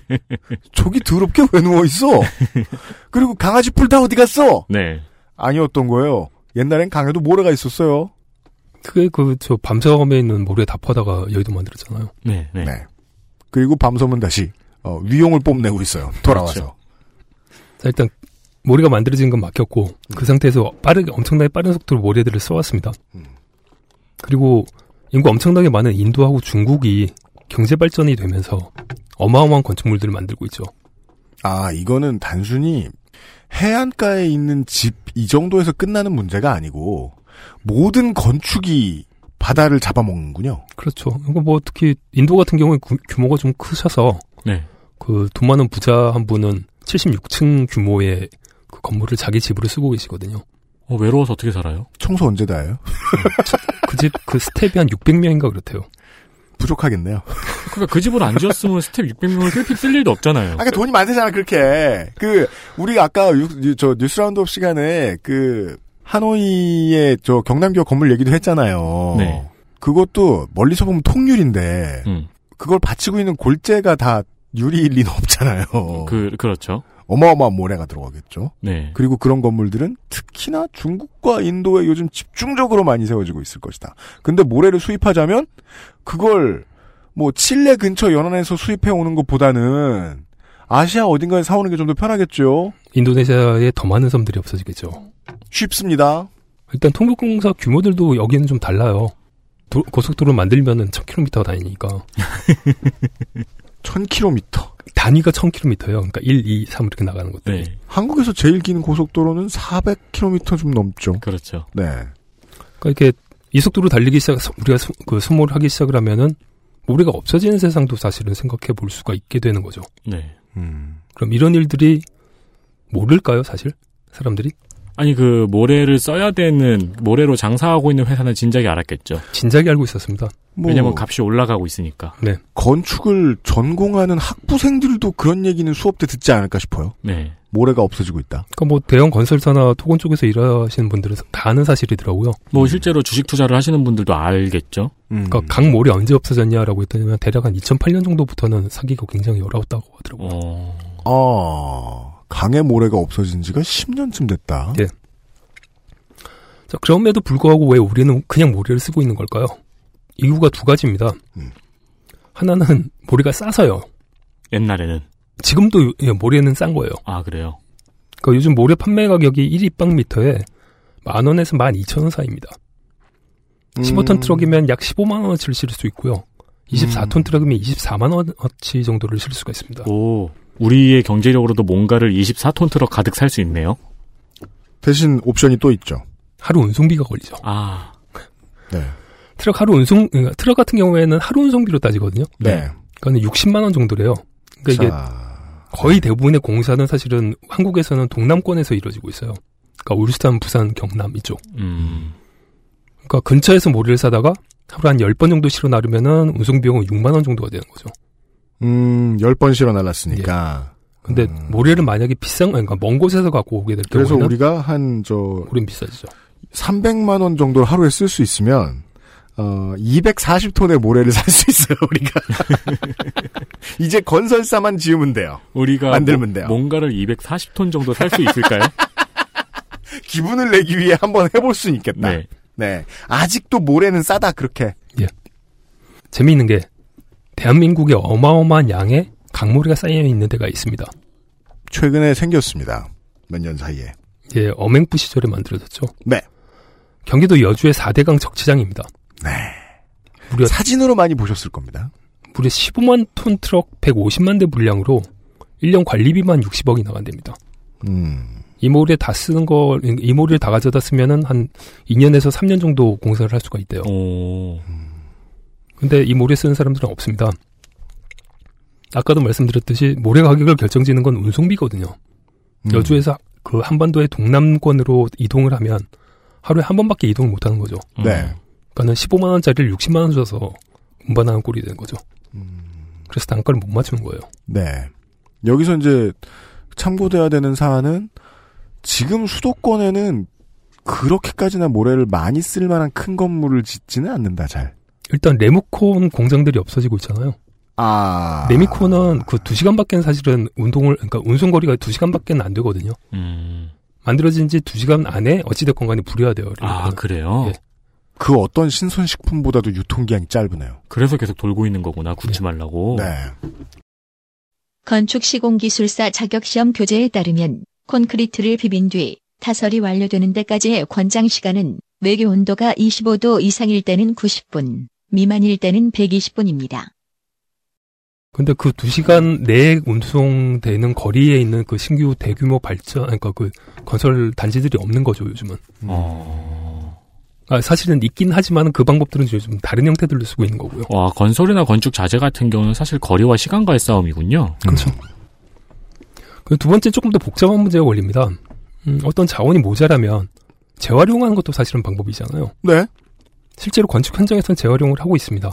저기 더럽게 왜 누워있어? 그리고 강아지 풀 다 어디 갔어? 네. 아니었던 거예요. 옛날엔 강에도 모래가 있었어요. 그게 그 저 밤섬에 있는 모래 다 퍼다가 여의도 만들었잖아요. 네, 네. 그리고 밤섬은 다시 어, 위용을 뽐내고 있어요. 돌아와서. 자, 일단 모래가 만들어진 건 막혔고 그 상태에서 빠르게 엄청나게 빠른 속도로 모래들을 써왔습니다. 그리고 인구 엄청나게 많은 인도하고 중국이 경제 발전이 되면서 어마어마한 건축물들을 만들고 있죠. 아, 이거는 단순히 해안가에 있는 집 이 정도에서 끝나는 문제가 아니고 모든 건축이 바다를 잡아먹는군요. 그렇죠. 이거 뭐 특히 인도 같은 경우에 구- 규모가 좀 크셔서 네. 그 돈 많은 부자 한 분은 76층 규모의 그 건물을 자기 집으로 쓰고 계시거든요. 어, 외로워서 어떻게 살아요? 청소 언제 다 해요? 그 집 그 스텝이 한 600명인가 그렇대요. 부족하겠네요. 그러니까 그 집을 안 지었으면 스텝 600명을 슬핍 쓸 일도 없잖아요. 아, 그 돈이 많대잖아, 그렇게. 그, 우리 아까, 유- 유- 저, 뉴스 라운드업 시간에, 그, 하노이의 저 경남교 건물 얘기도 했잖아요. 네. 그것도 멀리서 보면 통유리인데, 음. 그걸 받치고 있는 골재가 다 유리일 리는 없잖아요. 그, 그렇죠. 어마어마한 모래가 들어가겠죠. 네. 그리고 그런 건물들은 특히나 중국과 인도에 요즘 집중적으로 많이 세워지고 있을 것이다. 근데 모래를 수입하자면 그걸 뭐 칠레 근처 연안에서 수입해 오는 것보다는 아시아 어딘가에 사오는 게 좀 더 편하겠죠. 인도네시아에 더 많은 섬들이 없어지겠죠. 쉽습니다. 일단 통역공사 규모들도 여기는 좀 달라요. 도- 고속도로 만들면은 1000km 다니니까. 1000km. 단위가 1000km예요. 그러니까 1, 2, 3 이렇게 나가는 그- 네. 것들. 이 한국에서 제일 긴 고속도로는 400km 좀 넘죠. 그렇죠. 네. 그러니까 이렇게 이 속도로 달리기 시작 우리가 소, 그 소모를 하기 시작을 하면은 모래가 없어지는 세상도 사실은 생각해 볼 수가 있게 되는 거죠. 네. 음. 그럼 이런 일들이 모를까요, 사실? 사람들이? 아니, 그, 모래를 써야 되는, 모래로 장사하고 있는 회사는 진작에 알았겠죠. 진작에 알고 있었습니다. 뭐- 왜냐면 값이 올라가고 있으니까. 네. 건축을 전공하는 학부생들도 그런 얘기는 수업 때 듣지 않을까 싶어요. 네. 모래가 없어지고 있다. 그러니까 뭐 대형 건설사나 토건 쪽에서 일하시는 분들은 다 아는 사실이더라고요. 뭐, 실제로 주식 투자를 하시는 분들도 알겠죠. 음. 그러니까 강몰이 언제 없어졌냐라고 했더니 대략 한 2008년 정도부터는 사기가 굉장히 어려웠다고 하더라고요. 아, 강의 모래가 없어진 지가 10년쯤 됐다. 예. 자, 그럼에도 불구하고 왜 우리는 그냥 모래를 쓰고 있는 걸까요? 이유가 두 가지입니다. 하나는 모래가 싸서요. 옛날에는. 지금도 예, 모래는 싼 거예요. 아, 그래요? 그러니까 요즘 모래 판매 가격이 1입방미터에 만 원에서 만 2천 원 사이입니다. 음. 15톤 네, 트럭이면 약 15만 원어치를 실을 수 있고요. 24톤 트럭이면 24만 원어치 정도를 실을 수가 있습니다. 오. 우리의 경제력으로도 뭔가를 24톤 트럭 가득 살 수 있네요. 대신 옵션이 또 있죠. 하루 운송비가 걸리죠. 아. 네. 트럭 하루 운송 그러니까 트럭 같은 경우에는 하루 운송비로 따지거든요. 네. 그러니까 60만 원 정도래요. 그러니까 이게 거의 대부분의 공사는 사실은 한국에서는 동남권에서 이루어지고 있어요. 그러니까 울산, 부산, 경남 이쪽. 음. 그러니까 근처에서 모래를 사다가 하루에 한 10번 정도 실어 나르면은 운송 비용은 6만 원 정도가 되는 거죠. 음, 10번 실어 날랐으니까. 예. 음. 근데 뭐 모래를 만약에 비싼 그러니까 먼 곳에서 갖고 오게 될 그래서 경우에는 우리가 한, 저. 우린 비싸지죠. 300만원 정도를 하루에 쓸 수 있으면, 어, 240톤의 모래를 살 수 있어요, 우리가. 이제 건설사만 지으면 돼요. 우리가 만들면 뭐- 돼요. 뭔가를 240톤 정도 살 수 있을까요? 기분을 내기 위해 한번 해볼 수 있겠다. 네. 아직도 모래는 싸다, 그렇게. 재미있는 게 대한민국에 어마어마한 양의 강모래가 쌓여 있는 데가 있습니다. 최근에 생겼습니다. 몇 년 사이에. 예, 어맹부 시절에 만들어졌죠. 네. 경기도 여주의 4대강 적치장입니다. 네. 무려 사진으로 많이 보셨을 겁니다. 무려 15만 톤 트럭 150만 대 물량으로 1년 관리비만 60억이 나간답니다. 음. 이 모래 다 쓰는 걸, 이 모래를 다 가져다 쓰면은 한 2년에서 3년 정도 공사를 할 수가 있대요. 근데 이 모래 쓰는 사람들은 없습니다. 아까도 말씀드렸듯이 모래 가격을 결정짓는 건 운송비거든요. 음. 여주에서 그 한반도의 동남권으로 이동을 하면 하루에 한 번밖에 이동을 못 하는 거죠. 네. 그러니까는 15만 원짜리를 60만 원 줘서 운반하는 꼴이 되는 거죠. 그래서 단가를 못 맞추는 거예요. 네. 여기서 이제 참고돼야 되는 사안은 지금 수도권에는 그렇게까지나 모래를 많이 쓸 만한 큰 건물을 짓지는 않는다, 잘. 일단 레무콘 공장들이 없어지고 있잖아요. 아. 레미콘은 그 2시간밖에는 사실은 운동을 그러니까 운송 거리가 2시간밖에는 안 되거든요. 음. 만들어진 지 2시간 안에 어찌 됐건 간에 불여야 돼요. 아, 그래요? 그 어떤 신선식품보다도 유통기한이 짧으네요. 그래서 계속 돌고 있는 거구나. 굽지 어, 말라고. 네. 건축시공기술사 자격시험 교재에 따르면 콘크리트를 비빈 뒤 타설이 완료되는 데까지의 권장 시간은 외교 온도가 25도 이상일 때는 90분, 미만일 때는 120분입니다. 근데 그 2시간 내에 운송되는 거리에 있는 그 신규 대규모 발전 그러니까 그 건설 단지들이 없는 거죠, 요즘은. 어. 아, 사실은 있긴 하지만 그 방법들은 요즘 다른 형태들로 쓰고 있는 거고요. 와, 건설이나 건축 자재 같은 경우는 사실 거리와 시간과의 싸움이군요. 그렇죠. 음. 그리고 두 번째 조금 더 복잡한 문제가 걸립니다. 음, 어떤 자원이 모자라면 재활용하는 것도 사실은 방법이잖아요. 네. 실제로 건축 현장에서는 재활용을 하고 있습니다.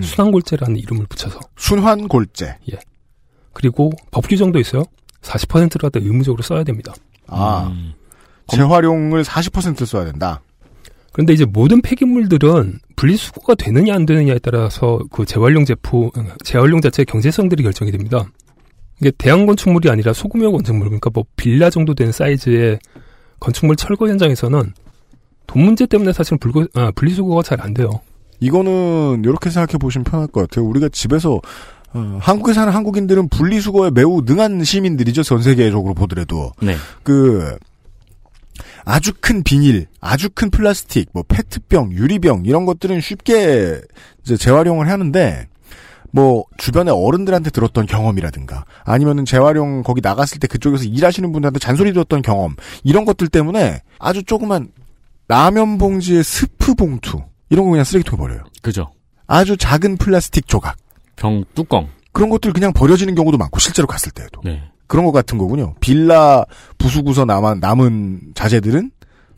순환골재라는 이름을 붙여서. 순환골재. 예. 그리고 법 규정도 있어요. 40%라도 의무적으로 써야 됩니다. 아. 음. 음. 재활용을 40% 써야 된다. 그런데 이제 모든 폐기물들은 분리수거가 되느냐 안 되느냐에 따라서 그 재활용 제품, 재활용 자체의 경제성들이 결정이 됩니다. 이게 대형 건축물이 아니라 소규모 건축물, 그러니까 뭐 빌라 정도 되는 사이즈의 건축물 철거 현장에서는 돈 문제 때문에 사실은 불거, 아, 분리수거가 잘 안 돼요. 이거는 이렇게 생각해 보시면 편할 것 같아요. 우리가 집에서 어, 한국에 사는 한국인들은 분리수거에 매우 능한 시민들이죠. 전 세계적으로 보더라도 네. 그 아주 큰 비닐, 아주 큰 플라스틱, 뭐 페트병, 유리병 이런 것들은 쉽게 이제 재활용을 하는데 뭐 주변의 어른들한테 들었던 경험이라든가 아니면은 재활용 거기 나갔을 때 그쪽에서 일하시는 분들한테 잔소리 들었던 경험 이런 것들 때문에 아주 조그만 라면 봉지에 스프 봉투 이런 거 그냥 쓰레기통에 버려요. 그죠. 아주 작은 플라스틱 조각, 병 뚜껑. 그런 것들 그냥 버려지는 경우도 많고 실제로 갔을 때에도 네. 그런 것 같은 거군요. 빌라 부수구서 남은 남은 자재들은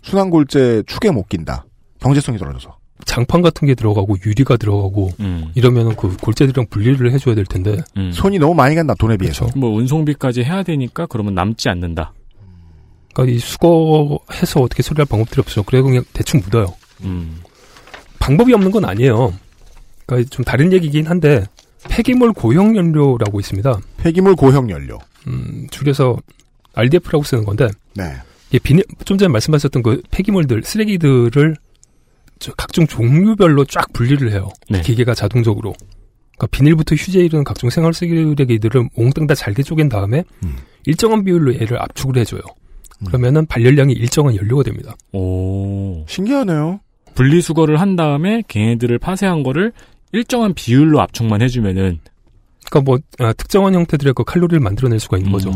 순환골재 축에 못 낀다. 경제성이 떨어져서. 장판 같은 게 들어가고 유리가 들어가고 음. 이러면은 그 골재들이랑 분리를 해줘야 될 텐데 손이 너무 많이 간다 돈에 비해서. 뭐 운송비까지 해야 되니까 그러면 남지 않는다. 그러니까 이 수거해서 어떻게 처리할 방법들이 없어요. 그래서 그냥 대충 묻어요. 음. 방법이 없는 건 아니에요. 그러니까 좀 다른 얘기긴 한데 폐기물 고형 연료라고 있습니다. 폐기물 고형 연료. 음, 줄여서 RDF라고 쓰는 건데. 네. 이게 비닐 좀 전에 말씀하셨던 그 폐기물들 쓰레기들을 저 각종 종류별로 쫙 분리를 해요. 네. 기계가 자동적으로. 그러니까 비닐부터 휴재 이런 각종 생활 쓰레기들을 몽땅 다 잘게 쪼갠 다음에 음. 일정한 비율로 얘를 압축을 해줘요. 그러면은 발열량이 일정한 연료가 됩니다. 오. 신기하네요. 분리수거를 한 다음에 걔네들을 파쇄한 거를 일정한 비율로 압축만 해주면은 그러니까 뭐 아, 특정한 형태들의 그 칼로리를 만들어낼 수가 음. 있는 거죠.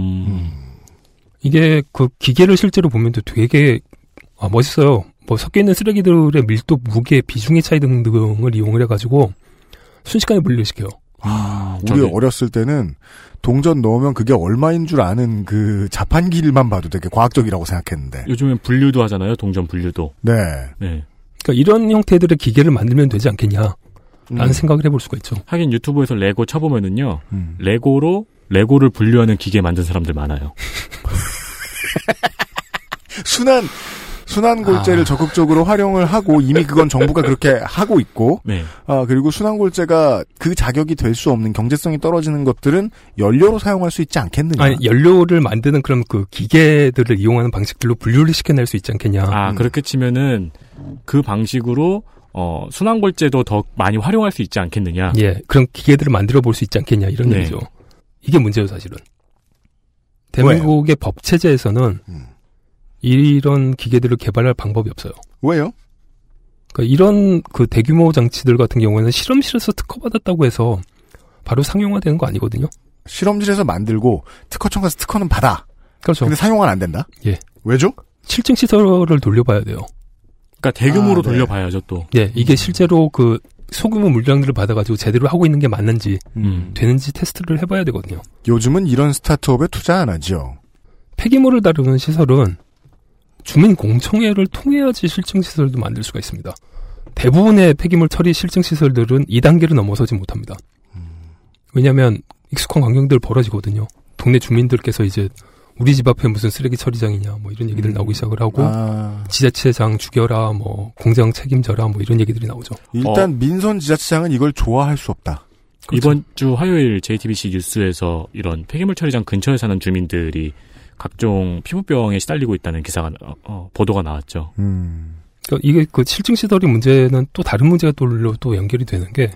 이게 그 기계를 실제로 보면 또 되게 아, 멋있어요. 뭐 섞여 있는 쓰레기들의 밀도, 무게, 비중의 차이 등등을 이용을 해가지고 순식간에 분리시켜요. 아, 우리 어렸을 때는 동전 넣으면 그게 얼마인 줄 아는 그 자판기를만 봐도 되게 과학적이라고 생각했는데. 음. 요즘엔 분류도 하잖아요. 동전 분류도. 네. 네. 그러니까 이런 형태들의 기계를 만들면 되지 않겠냐라는 음. 생각을 해볼 수가 있죠. 하긴 유튜브에서 레고 쳐보면은요. 레고로 레고를 분류하는 기계 만든 사람들 많아요. 순환 순환 아. 골재를 적극적으로 활용을 하고 이미 그건 정부가 그렇게 하고 있고 네. 아, 그리고 순환 골재가 그 자격이 될 수 없는 경제성이 떨어지는 것들은 연료로 사용할 수 있지 않겠느냐. 아니, 예. 연료를 만드는 그런 그 기계들을 이용하는 방식들로 분류를 시켜낼 수 있지 않겠냐. 아, 그렇게 치면은 그 방식으로 어, 순환골재도 더 많이 활용할 수 있지 않겠느냐. 예, 그런 기계들을 만들어 볼 수 있지 않겠냐 이런 네. 얘기죠. 이게 문제예요, 사실은. 대한민국의 법 체제에서는 이런 기계들을 개발할 방법이 없어요. 왜요? 그러니까 이런 그 대규모 장치들 같은 경우에는 실험실에서 특허받았다고 해서 바로 상용화되는 거 아니거든요. 실험실에서 만들고 특허청 가서 특허는 받아. 그렇죠. 근데 사용은 안 된다. 예. 왜죠? 실증 시설을 돌려봐야 돼요. 그러니까 대규모로 돌려봐야죠 또. 예, 이게 실제로 그 소규모 물량들을 받아가지고 제대로 하고 있는 게 맞는지 음. 되는지 테스트를 해봐야 되거든요. 요즘은 이런 스타트업에 투자 안 하죠. 폐기물을 다루는 시설은 주민 공청회를 통해야지 실증 시설도 만들 수가 있습니다. 대부분의 폐기물 처리 실증 시설들은 이 단계를 넘어서지 못합니다. 왜냐하면 익숙한 광경들 벌어지거든요. 동네 주민들께서 이제 우리 집 앞에 무슨 쓰레기 처리장이냐 뭐 이런 음. 얘기들 나오기 시작을 하고 아. 지자체장 죽여라 뭐 공장 책임져라 뭐 이런 얘기들이 나오죠. 일단 민선 지자체장은 이걸 좋아할 수 없다. 그렇죠. 이번 주 화요일 JTBC 뉴스에서 이런 폐기물 처리장 근처에 사는 주민들이 각종 피부병에 시달리고 있다는 기사가 나- 어, 어, 보도가 나왔죠. 음, 그러니까 이게 그 실증 시설의 문제는 또 다른 문제가 또, 올려- 또 연결이 되는 게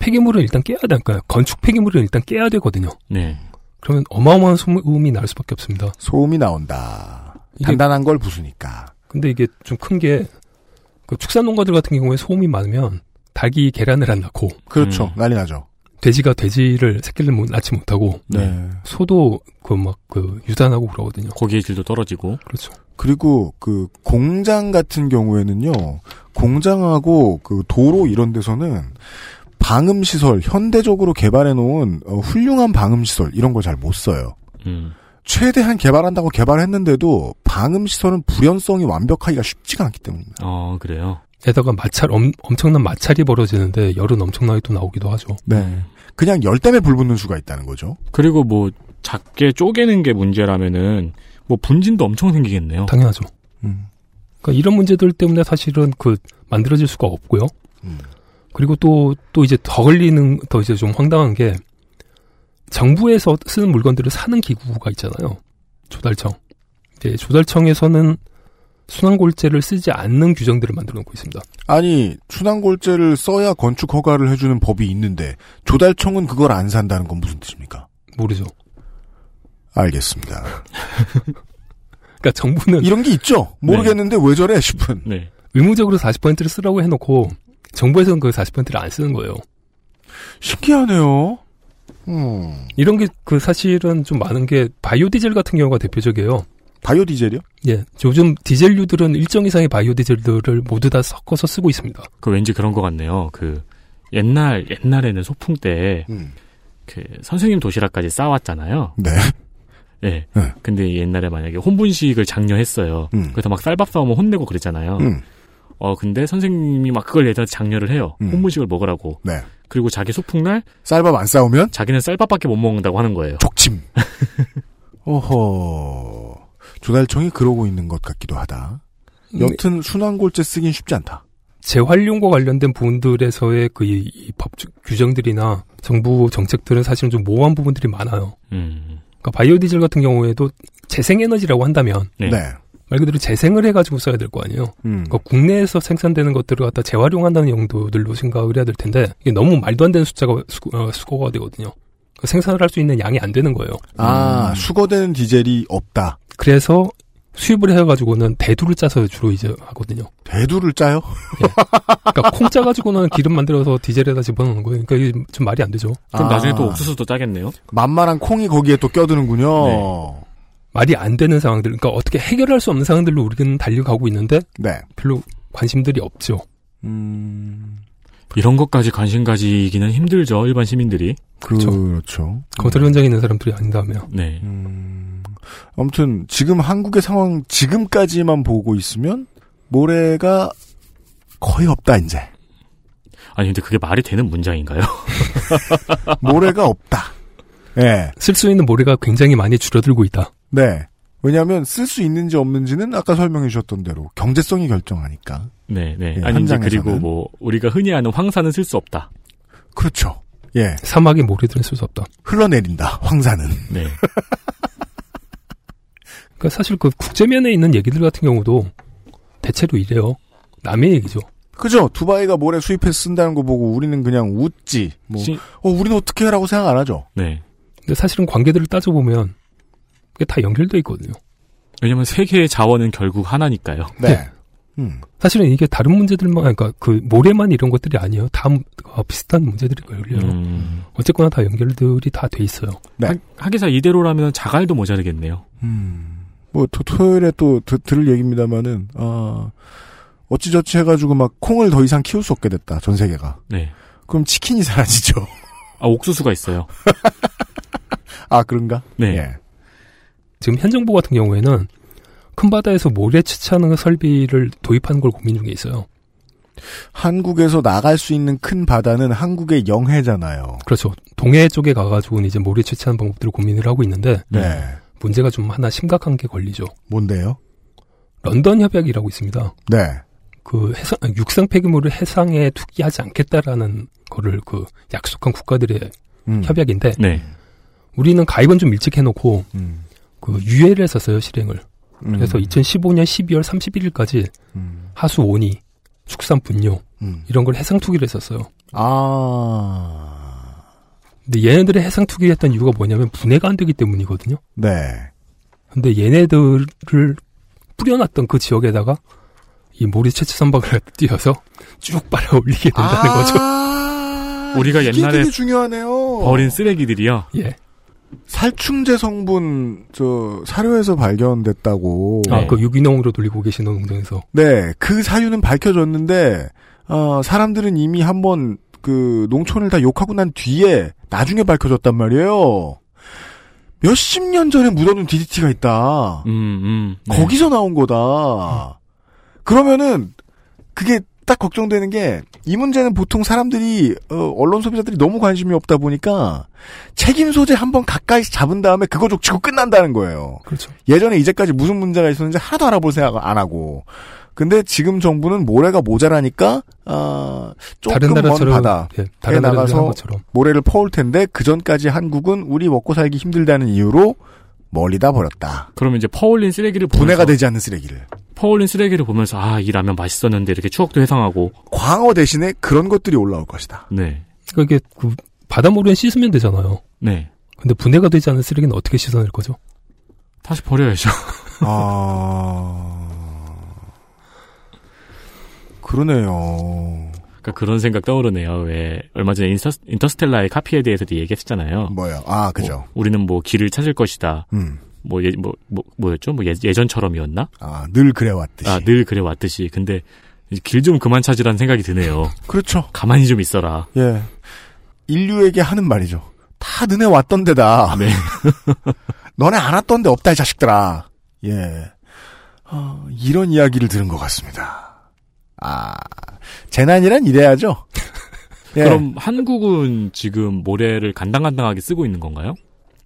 폐기물은 일단 깨야 되니까 건축 폐기물은 일단 깨야 되거든요. 네. 그러면 어마어마한 소음이 날 수밖에 없습니다. 소음이 나온다. 단단한 걸 부수니까. 근데 이게 좀 큰 게그 축산농가들 같은 경우에 소음이 많으면 닭이 계란을 안 낳고 그렇죠. 음. 난리 나죠. 돼지가 돼지를 새끼를 못- 낳지 못하고 네. 소도 그 막 그 유산하고 그러거든요. 고기의 질도 떨어지고. 그렇죠. 그리고 그 공장 같은 경우에는요. 공장하고 그 도로 이런 데서는 방음 시설 현대적으로 개발해 놓은 어, 훌륭한 방음 시설 이런 걸 잘 못 써요. 음. 최대한 개발한다고 개발했는데도 방음 시설은 불연성이 완벽하기가 쉽지가 않기 때문입니다. 어 그래요. 게다가 마찰 엄, 엄청난 마찰이 벌어지는데 열은 엄청나게 또 나오기도 하죠. 네. 그냥 열 때문에 불 붙는 수가 있다는 거죠. 그리고 뭐 작게 쪼개는 게 문제라면은 뭐 분진도 엄청 생기겠네요. 당연하죠. 음. 그러니까 이런 문제들 때문에 사실은 그 만들어질 수가 없고요. 음. 그리고 또, 또 이제 더 걸리는, 더 이제 좀 황당한 게 정부에서 쓰는 물건들을 사는 기구가 있잖아요. 조달청. 네, 조달청에서는 순환골재를 쓰지 않는 규정들을 만들어 놓고 있습니다. 아니 순환골재를 써야 건축 허가를 해주는 법이 있는데 조달청은 그걸 안 산다는 건 무슨 뜻입니까? 모르죠. 알겠습니다. 그러니까 정부는 이런 게 있죠. 모르겠는데 왜 저래 싶은. 네. 의무적으로 40%를 쓰라고 해놓고 정부에서는 그 40%를 안 쓰는 거예요. 신기하네요. 음. 이런 게 그 사실은 좀 많은 게 바이오디젤 같은 경우가 대표적이에요. 바이오디젤이요? 예. 요즘 디젤류들은 일정 이상의 바이오디젤들을 모두 다 섞어서 쓰고 있습니다. 그 왠지 그런 것 같네요. 그 옛날 옛날에는 소풍 때 음. 그 선생님 도시락까지 싸왔잖아요. 네. 예. 근데 옛날에 만약에 혼분식을 장려했어요. 음. 그래서 막 쌀밥 싸오면 혼내고 그랬잖아요. 음. 어 근데 선생님이 막 그걸 예전에 장려를 해요. 혼분식을 먹으라고. 네. 그리고 자기 소풍날 쌀밥 안 싸우면 자기는 쌀밥밖에 못 먹는다고 하는 거예요. 족침. 어허. 조달청이 그러고 있는 것 같기도 하다. 여튼 순환골재 쓰긴 쉽지 않다. 재활용과 관련된 부분들에서의 그이법 규정들이나 정부 정책들은 사실은 좀 모호한 부분들이 많아요. 음. 그러니까 바이오디젤 같은 경우에도 재생에너지라고 한다면 네. 네. 말 그대로 재생을 해가지고 써야 될 거 아니에요. 음. 그러니까 국내에서 생산되는 것들을 갖다 재활용한다는 용도들로 생각을 해야 될 텐데 이게 너무 말도 안 되는 숫자가 어, 수, 거가 되거든요. 그러니까 생산을 할 수 있는 양이 안 되는 거예요. 아, 수거되는 디젤이 없다. 그래서 수입을 해가지고는 대두를 짜서 주로 이제 하거든요. 대두를 짜요? 그러니까 콩 짜가지고는 기름 만들어서 디젤에다 집어넣는 거예요. 그러니까 이게 좀 말이 안 되죠. 그럼 나중에 또 옥수수도 짜겠네요. 아, 만만한 콩이 거기에 또 껴드는군요. 네. 말이 안 되는 상황들, 그러니까 어떻게 해결할 수 없는 상황들로 우리는 달려가고 있는데 네. 별로 관심들이 없죠. 음. 이런 것까지 관심 가지기는 힘들죠 일반 시민들이. 그렇죠. 거절 현장에 있는 사람들이 아니다며. 네. 아무튼 지금 한국의 상황 지금까지만 보고 있으면 모래가 거의 없다 이제. 아니 근데 그게 말이 되는 문장인가요? 모래가 없다. 예. 쓸 수 있는 모래가 굉장히 많이 줄어들고 있다. 네. 왜냐하면 쓸 수 있는지 없는지는 아까 설명해 주셨던 대로 경제성이 결정하니까. 네, 네. 예, 아니 이제 현장에서는. 그리고 뭐 우리가 흔히 아는 황사는 쓸 수 없다. 그렇죠. 예. 사막의 모래들은 쓸 수 없다. 흘러내린다. 황사는. 네. 그러니까 사실 그 국제면에 있는 얘기들 같은 경우도 대체로 이래요. 남의 얘기죠. 그죠? 두바이가 모래 수입해서 쓴다는 거 보고 우리는 그냥 웃지. 뭐, 시- 어, 우리는 어떻게 해라고 생각 안 하죠. 네. 근데 사실은 관계들을 따져보면 그게 다 연결돼 있거든요. 왜냐면 세계의 자원은 결국 하나니까요. 네. 음. 사실은 이게 다른 문제들만, 아니, 그러니까 그 모래만 이런 것들이 아니에요. 다 문- 어, 비슷한 문제들이 걸려요. 음. 어쨌거나 다 연결들이 다 돼 있어요. 하, 하기사 이대로라면 자갈도 모자르겠네요. 뭐, 토, 토요일에 또 드- 들을 얘기입니다만은, 아, 어찌저찌 해가지고 막 콩을 더 이상 키울 수 없게 됐다. 전 세계가. 네. 그럼 치킨이 사라지죠. 아, 옥수수가 있어요. 아, 그런가? 네. 지금 현 정부 같은 경우에는 큰 바다에서 모래 채취하는 설비를 도입하는 걸 고민 중에 있어요. 한국에서 나갈 수 있는 큰 바다는 한국의 영해잖아요. 그렇죠. 동해 쪽에 가가지고는 이제 모래 채취하는 방법들을 고민을 하고 있는데 네. 문제가 좀 하나 심각한 게 걸리죠. 뭔데요? 런던 협약이라고 있습니다. 네. 그 해상 아니, 육상 폐기물을 해상에 투기하지 않겠다라는 거를 그 약속한 국가들의 음. 협약인데 네. 우리는 가입은 좀 일찍 해놓고 음. 그 유예를 했었어요 실행을. 음. 그래서 2015년 12월 31일까지 하수 온이 축산 분뇨 음. 이런 걸 해상 투기를 했었어요. 아. 근데 얘네들의 해상 투기를 했던 이유가 뭐냐면 분해가 안 되기 때문이거든요. 네. 근데 얘네들을 뿌려놨던 그 지역에다가 이 모래 채취 선박을 띄어서 쭉 빨아 올리게 된다는 거죠. 우리가 이게 옛날에 되게 중요하네요. 버린 쓰레기들이요. 예. 살충제 성분 저 사료에서 발견됐다고. 아, 그 유기농으로 돌리고 계시는 농장에서. 네, 그 사유는 밝혀졌는데 어, 사람들은 이미 한번 그 농촌을 다 욕하고 난 뒤에 나중에 밝혀졌단 말이에요. 몇십 년 전에 묻어둔 DDT가 음, 있다. 네. 거기서 나온 거다. 그러면은 그게 딱 걱정되는 게 이 문제는 보통 사람들이 어, 언론 소비자들이 너무 관심이 없다 보니까 책임 소재 한번 가까이 잡은 다음에 그거 족치고 끝난다는 거예요. 그렇죠. 예전에 이제까지 무슨 문제가 있었는지 하나도 알아볼 생각 안 하고. 근데 지금 정부는 모래가 모자라니까 아 조금 다른 나라처럼, 먼 바다에 예, 다른 나라들이 한 나가서 것처럼. 모래를 퍼올 텐데 그 전까지 한국은 우리 먹고 살기 힘들다는 이유로 멀리다 버렸다. 그러면 이제 퍼올린 쓰레기를 보면서 분해가 되지 않는 쓰레기를 퍼올린 쓰레기를 보면서 아, 이 라면 맛있었는데 이렇게 추억도 회상하고 광어 대신에 그런 것들이 올라올 것이다. 네. 그러니까 이게 그 바다 모래는 씻으면 되잖아요. 네. 근데 분해가 되지 않은 쓰레기는 어떻게 씻어낼 거죠? 다시 버려야죠. 아. 그러네요. 그러니까 그런 생각 떠오르네요. 왜 얼마 전에 인터, 인터스텔라의 카피에 대해서도 얘기했었잖아요. 뭐요? 아, 그죠. 우리는 뭐 길을 찾을 것이다. 음. 뭐, 예, 뭐, 뭐 뭐였죠? 뭐 예, 예전처럼이었나? 아, 늘 그래왔듯이. 아, 늘 그래왔듯이. 근데 길 좀 그만 찾으라는 생각이 드네요. 그렇죠. 가만히 좀 있어라. 예. 인류에게 하는 말이죠. 다 너네 왔던 데다. 네. 너네 안 왔던 데 없다, 이 자식들아. 예. 어, 이런 이야기를 들은 것 같습니다. 아, 재난이란 이래야죠. 예. 그럼 한국은 지금 모래를 간당간당하게 쓰고 있는 건가요?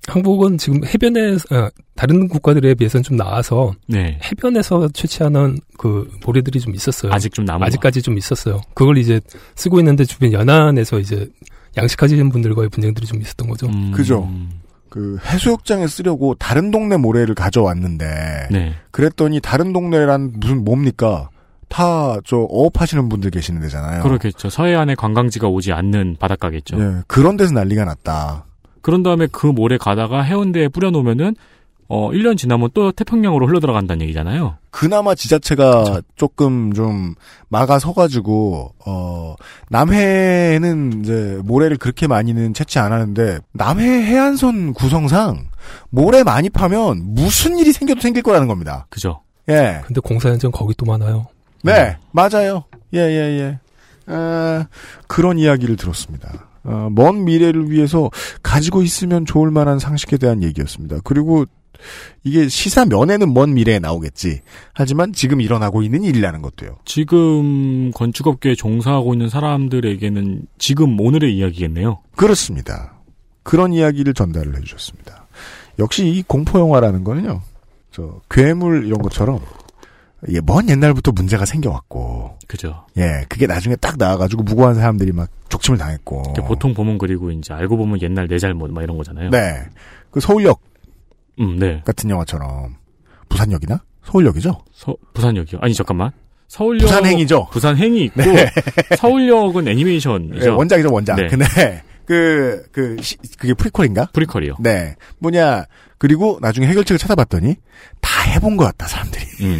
한국은 지금 해변에 아, 다른 국가들에 비해서는 좀 나아서 네. 해변에서 채취하는 그 모래들이 좀 음. 있었어요. 아직 좀 남은 까지좀 있었어요. 그걸 이제 쓰고 있는데 주변 연안에서 이제 양식하시는 분들과의 분쟁들이 좀 있었던 거죠. 음. 그죠. 그 해수욕장에 쓰려고 다른 동네 모래를 가져왔는데 네. 그랬더니 다른 동네란 무슨 뭡니까? 다 저 어업하시는 분들 계시는 데잖아요. 그렇겠죠. 서해안에 관광지가 오지 않는 바닷가겠죠. 예, 그런 데서 난리가 났다. 그런 다음에 그 모래 가다가 해운대에 뿌려놓으면은 어 1년 지나면 또 태평양으로 흘러들어간다는 얘기잖아요. 그나마 지자체가 조금 좀 막아서가지고 어 남해는 이제 모래를 그렇게 많이는 채취 안 하는데 남해 해안선 구성상 모래 많이 파면 무슨 일이 생겨도 생길 거라는 겁니다. 그죠. 예. 근데 공사 현장 거기 또 많아요. 네, 맞아요. 예, 예, 예. 아, 그런 이야기를 들었습니다. 아, 먼 미래를 위해서 가지고 있으면 좋을 만한 상식에 대한 얘기였습니다. 그리고 이게 시사면에는 먼 미래에 나오겠지. 하지만 지금 일어나고 있는 일이라는 것도요. 지금 건축업계에 종사하고 있는 사람들에게는 지금 오늘의 이야기겠네요. 그렇습니다. 그런 이야기를 전달을 해주셨습니다. 역시 이 공포영화라는 거는요. 저 괴물 이런 것처럼 예, 먼 옛날부터 문제가 생겨왔고 그죠. 예 그게 나중에 딱 나와가지고 무고한 사람들이 막 적침을 당했고 보통 보면 그리고 이제 알고 보면 옛날 내 잘못 막 이런 거잖아요. 어. 네그 서울역 음, 네. 같은 영화처럼 부산역이나 서울역이죠 서- 부산역이요. 아니 잠깐만. 서울역 부산행이죠 어, 부산행이 있고 네. 서울역은 애니메이션이죠. 예, 원작이죠 원작 네. 근데 그, 그, 시- 그게 프리퀄인가? 프리퀄이요. 네. 뭐냐, 그리고 나중에 해결책을 찾아봤더니, 다 해본 것 같다, 사람들이. 음.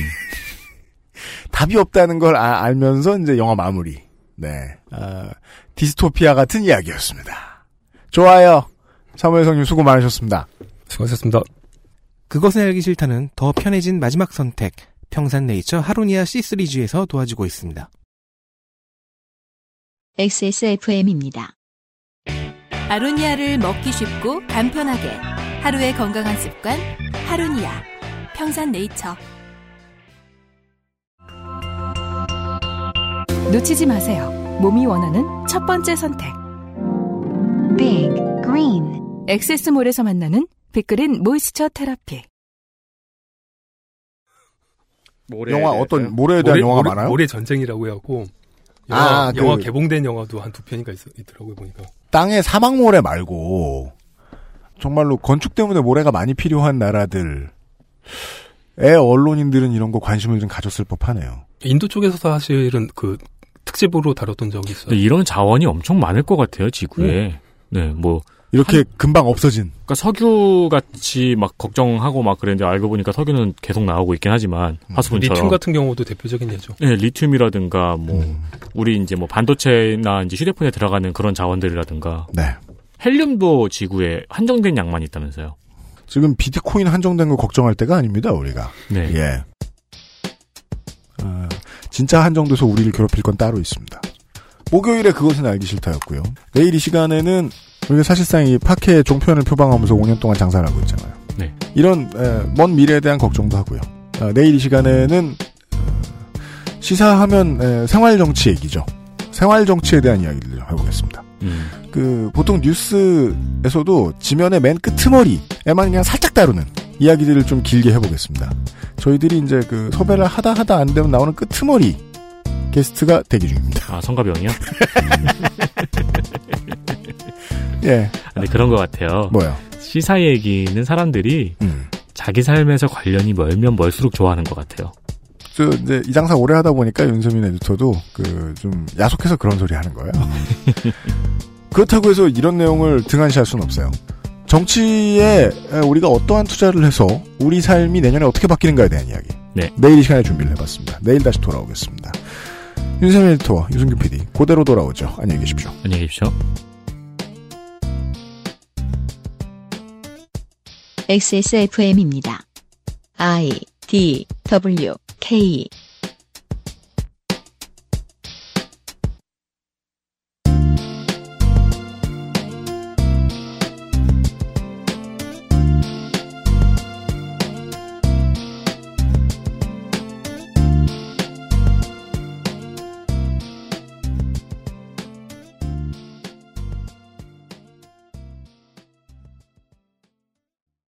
답이 없다는 걸 아- 알면서 이제 영화 마무리. 네. 아, 디스토피아 같은 이야기였습니다. 좋아요. 사무엘성님 수고 많으셨습니다. 수고하셨습니다. 그것은 알기 싫다는 더 편해진 마지막 선택. 평산네이처 하로니아 C3G에서 도와주고 있습니다. XSFM입니다. 아로니아를 먹기 쉽고 간편하게 하루의 건강한 습관 하루니아 평산네이처 놓치지 마세요. 몸이 원하는 첫 번째 선택. Big Green. 엑세스몰에서 만나는 빅그린 모이스처 테라피. 영화 어떤 모래에 대한 영화가 많아요? 모래 전쟁이라고 해갖고 영화, 아, 그- 영화 개봉된 영화도 한 두 편인가 있, 있더라고요 보니까. 땅에 사막 모래 말고 정말로 건축 때문에 모래가 많이 필요한 나라들의 언론인들은 이런 거 관심을 좀 가졌을 법하네요. 인도 쪽에서 사실은 그 특집으로 다뤘던 적이 있어요. 근데 이런 자원이 엄청 많을 것 같아요 지구에. 네, 뭐 이렇게 금방 없어진. 그러니까 석유 같이 막 걱정하고 막 그랬는데 알고 보니까 석유는 계속 나오고 있긴 하지만 음. 화수분처럼. 리튬 같은 경우도 대표적인 예죠. 네, 리튬이라든가 뭐 음. 우리 이제 뭐 반도체나 이제 휴대폰에 들어가는 그런 자원들이라든가. 네. 헬륨도 지구에 한정된 양만 있다면서요. 지금 비트코인 한정된 거 걱정할 때가 아닙니다, 우리가. 네. 예. 아, 진짜 한정돼서 우리를 괴롭힐 건 따로 있습니다. 목요일에 그것은 알기 싫다였고요. 내일 이 시간에는 우리가 사실상 이 파케 종편을 표방하면서 5년 동안 장사를 하고 있잖아요. 네. 이런 에, 먼 미래에 대한 걱정도 하고요. 아, 내일 이 시간에는 어, 시사하면 에, 생활 정치 얘기죠. 생활 정치에 대한 이야기를 해보겠습니다. 음. 그 보통 뉴스에서도 지면의 맨 끄트머리에만 그냥 살짝 다루는 이야기들을 좀 길게 해보겠습니다. 저희들이 이제 그 섭외를 하다 하다 안 되면 나오는 끄트머리 게스트가 대기 중입니다. 아 성가병이요? 예. 근데 그런 것 같아요. 뭐요? 음. 시사 얘기는 사람들이 자기 삶에서 관련이 멀면 멀수록 좋아하는 것 같아요. 저 이제 이 장사 오래 하다 보니까 윤세민 에디터도 그 좀 야속해서 그런 소리 하는 거예요. 그렇다고 해서 이런 내용을 등한시할 수는 없어요. 정치에 우리가 어떠한 투자를 해서 우리 삶이 내년에 어떻게 바뀌는가에 대한 이야기. 네. 내일 이 시간에 준비를 해봤습니다. 내일 다시 돌아오겠습니다. 윤세민 에디터와 유승균 PD 그대로 돌아오죠. 안녕히 계십시오. 안녕히 계십시오. XSFM입니다. I D W K